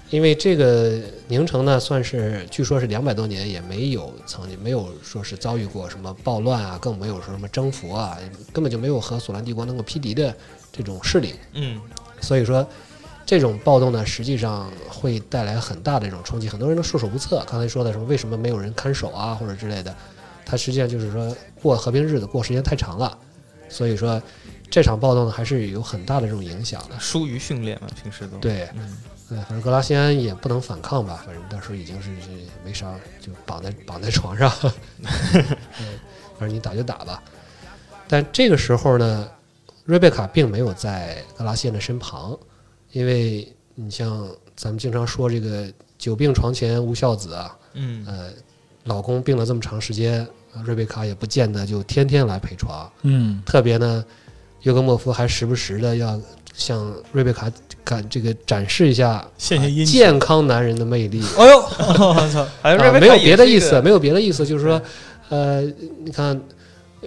Speaker 3: 因为这个宁城呢，算是据说是两百多年也没有曾经没有说是遭遇过什么暴乱啊，更没有说什么征服啊，根本就没有和索兰帝国能够匹敌的这种势力。
Speaker 1: 嗯
Speaker 3: 所以说，这种暴动呢，实际上会带来很大的这种冲击，很多人都束手无策。刚才说的什么为什么没有人看守啊，或者之类的，它实际上就是说过和平日子过时间太长了，所以说这场暴动呢还是有很大的这种影响的。
Speaker 1: 疏于训练嘛，平时都，
Speaker 3: 对，
Speaker 1: 嗯
Speaker 3: 嗯，反正格拉西安也不能反抗吧，反正到时候已经是是没啥，就绑在绑在床上，嗯，反正你打就打吧。但这个时候呢，瑞贝卡并没有在格拉西安的身旁，因为你像咱们经常说这个“久病床前无孝子”啊，
Speaker 1: 嗯
Speaker 3: 呃，老公病了这么长时间，瑞贝卡也不见得就天天来陪床，
Speaker 2: 嗯
Speaker 3: 特别呢，约格莫夫还时不时的要向瑞贝卡展这个展示一下
Speaker 2: 献献殷勤
Speaker 3: 健康男人的魅力。
Speaker 2: 哎呦，我 操！
Speaker 1: 好像
Speaker 3: 啊
Speaker 1: 瑞贝卡
Speaker 3: 没有别的
Speaker 1: 也是
Speaker 3: 意
Speaker 1: 一个
Speaker 3: 思，没有别的意思，就是说，呃，你看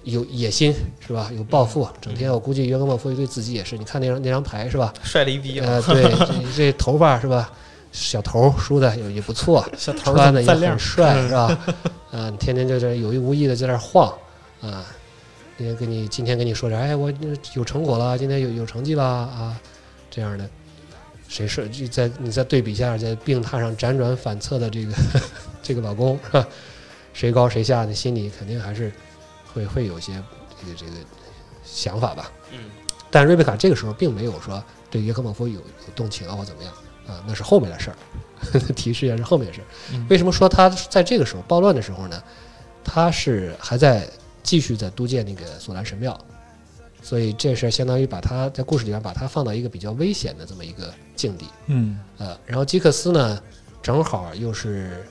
Speaker 3: 有野心是吧？有抱
Speaker 1: 嗯
Speaker 3: 负，整天我估计约格莫夫对自己也是，你看那张那张牌是吧？
Speaker 1: 帅了一逼啊，
Speaker 3: 呃，对，这这头发是吧？小头梳的也也不错，
Speaker 2: 小头
Speaker 3: 穿的
Speaker 2: 儿
Speaker 3: 也
Speaker 2: 锃亮
Speaker 3: 很，帅，是吧？ 嗯，天天就在这有意无意的在这儿晃啊。也给你今天跟你说点，哎，我有成果了，今天有有成绩了啊，这样的，谁是就在你再对比一下，在病榻上辗转反侧的这个 这个老公，是吧？谁高谁下，你心里肯定还是会会有些这个这个想法吧。
Speaker 1: 嗯
Speaker 3: 但瑞贝卡这个时候并没有说对约克莫夫有有动情啊或怎么样啊，那是后面的事儿。 提示一下是后面的事儿
Speaker 1: 嗯。
Speaker 3: 为什么说他在这个时候暴乱的时候呢？他是还在继续在督建那个索兰神庙，所以这事儿相当于把他在故事里边把他放到一个比较危险的这么一个境地。
Speaker 2: 嗯
Speaker 3: 呃，然后基克斯呢，正好又是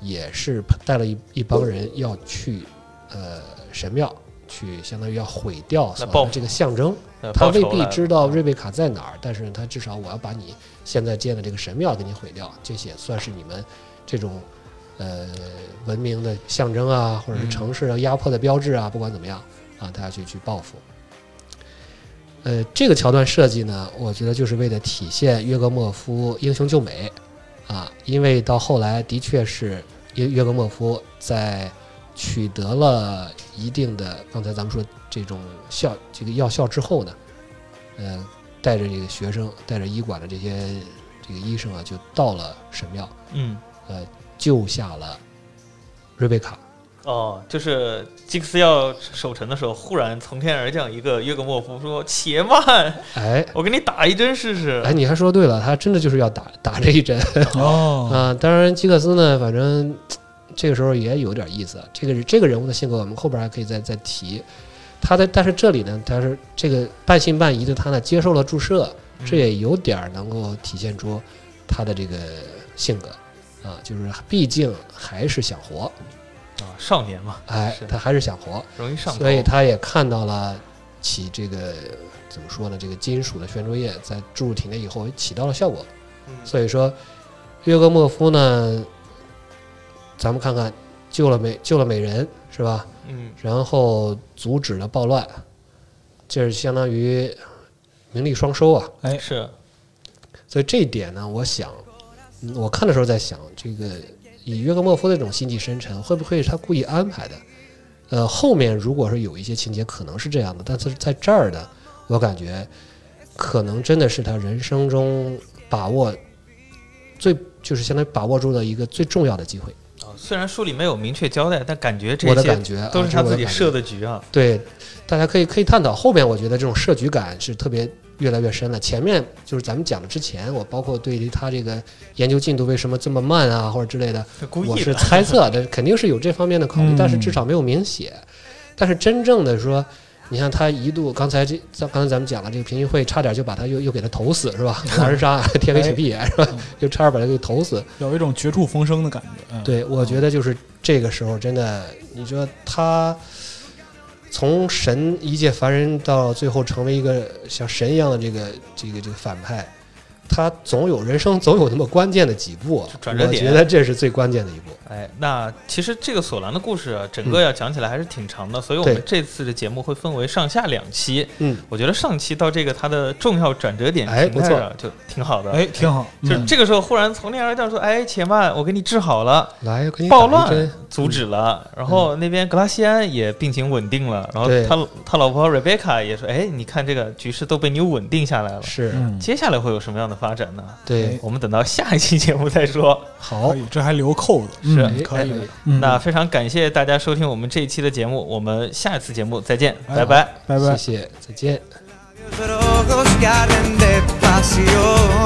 Speaker 3: 也是带了一一帮人要去呃神庙去，相当于要毁掉索
Speaker 1: 来报
Speaker 3: 兰
Speaker 1: 复
Speaker 3: 这个象征。
Speaker 1: 呃
Speaker 3: 他
Speaker 1: 报
Speaker 3: 未
Speaker 1: 仇
Speaker 3: 必
Speaker 1: 来了
Speaker 3: 知道瑞贝卡在哪儿，但是他至少我要把你现在建的这个神庙给你毁掉，这些算是你们这种呃文明的象征啊，或者是
Speaker 1: 嗯
Speaker 3: 城市的压迫的标志啊，不管怎么样啊，他要去去报复。呃，这个桥段设计呢，我觉得就是为了体现约格莫夫英雄救美啊，因为到后来的确是约约格莫夫在取得了一定的刚才咱们说这种效这个药效之后呢，呃，带着这个学生，带着医馆的这些这个医生啊，就到了神庙，
Speaker 1: 嗯
Speaker 3: 救下了瑞贝卡。
Speaker 1: 哦，就是基克斯要守城的时候，忽然从天而降一个约格莫夫说：“且慢，
Speaker 3: 哎
Speaker 1: 我给你打一针试试。
Speaker 3: 哎，你还说对了，他真的就是要打打这一针
Speaker 2: 哦，
Speaker 3: 啊！当然，基克斯呢，反正这个时候也有点意思。啊这个这个人物的性格，我们后边还可以再再提。他在但是这里呢，他是这个半信半疑的他呢，接受了注射，
Speaker 1: 嗯”
Speaker 3: 这也有点儿能够体现出他的这个性格啊，就是毕竟还是想活，
Speaker 1: 啊，少年嘛，
Speaker 3: 哎
Speaker 1: 是，
Speaker 3: 他还是想活，
Speaker 1: 容易上头
Speaker 3: 所以他也看到了起这个怎么说呢，这个金属的悬浊液在注入体内以后起到了效果，
Speaker 1: 嗯
Speaker 3: 所以说约格莫夫呢，咱们看看救了美救了美人是吧？
Speaker 1: 嗯
Speaker 3: 然后阻止了暴乱，这是相当于名利双收啊。
Speaker 1: 嗯是
Speaker 3: 所以这一点呢，我想，嗯我看的时候在想，这个以约格莫夫的这种心计深沉，会不会是他故意安排的？呃，后面如果是有一些情节可能是这样的，但是在这儿呢，我感觉可能真的是他人生中把握最就是相当于把握住了一个最重要的机会。
Speaker 1: 啊，虽然书里没有明确交代，但感觉这
Speaker 3: 我的
Speaker 1: 些
Speaker 3: 感觉啊
Speaker 1: 都是
Speaker 3: 这
Speaker 1: 他
Speaker 3: 我
Speaker 1: 自
Speaker 3: 的
Speaker 1: 己
Speaker 3: 感觉
Speaker 1: 设的局啊。
Speaker 3: 对，大家可以可以探讨。后面我觉得这种设局感是特别越来越深了。前面就是咱们讲的之前，我包括对于他这个研究进度为什么这么慢啊，或者之类的，
Speaker 1: 故
Speaker 3: 我
Speaker 1: 意
Speaker 3: 是
Speaker 1: 的，
Speaker 3: 猜测的，肯定是有这方面的考虑，
Speaker 2: 嗯
Speaker 3: 但是至少没有明写。但是真正的说，你看他一度刚才这，咱刚才咱们讲了这个评议会，差点就把他又又给他投死是吧？狼人杀 天黑请闭眼是吧？又差点把他给投死。
Speaker 2: 有一种绝处逢生的感觉。嗯，
Speaker 3: 对，我觉得就是这个时候，真的，你说他从神一介凡人到最后成为一个像神一样的这个这个这个反派，它总有人生总有那么关键的几步啊
Speaker 1: 就，转折
Speaker 3: 我
Speaker 1: 点
Speaker 3: 觉得这是最关键的一步。
Speaker 1: 哎，那其实这个索兰的故事啊，整个要讲起来还是挺长的，所以我们
Speaker 3: 嗯对
Speaker 1: 这次的节目会分为上下两期。
Speaker 3: 嗯，
Speaker 1: 我觉得上期到这个它的重要转折点
Speaker 3: 哎
Speaker 1: 停在
Speaker 3: 不错
Speaker 1: 这儿就挺好的。
Speaker 2: 哎，挺好，
Speaker 1: 就是
Speaker 2: 嗯
Speaker 1: 这个时候忽然从天而降说：“哎，且慢，我给你治好了。”
Speaker 3: 来，我给你
Speaker 1: 暴
Speaker 3: 哎打一针嗯
Speaker 1: 乱阻止了，然后那边格拉西安也病情稳定了，然后
Speaker 3: 对
Speaker 1: 他他老婆 Rebecca 也说：“哎，你看这个局势都被你稳定下来了，
Speaker 3: 是，
Speaker 2: 嗯，
Speaker 1: 接下来会有什么样的发展呢？”
Speaker 3: 对
Speaker 2: 哎，
Speaker 1: 我们等到下一期节目再说。
Speaker 3: 好
Speaker 2: 可，以，这还留扣子，
Speaker 1: 是
Speaker 2: 嗯可以的
Speaker 3: 哎哎，
Speaker 2: 嗯
Speaker 1: 那非常感谢大家收听我们这一期的节目，我们下一次节目再见，
Speaker 2: 哎
Speaker 1: 拜拜。
Speaker 2: 拜拜
Speaker 3: 谢。谢，再见。
Speaker 4: Labios rojos que arden de pasión.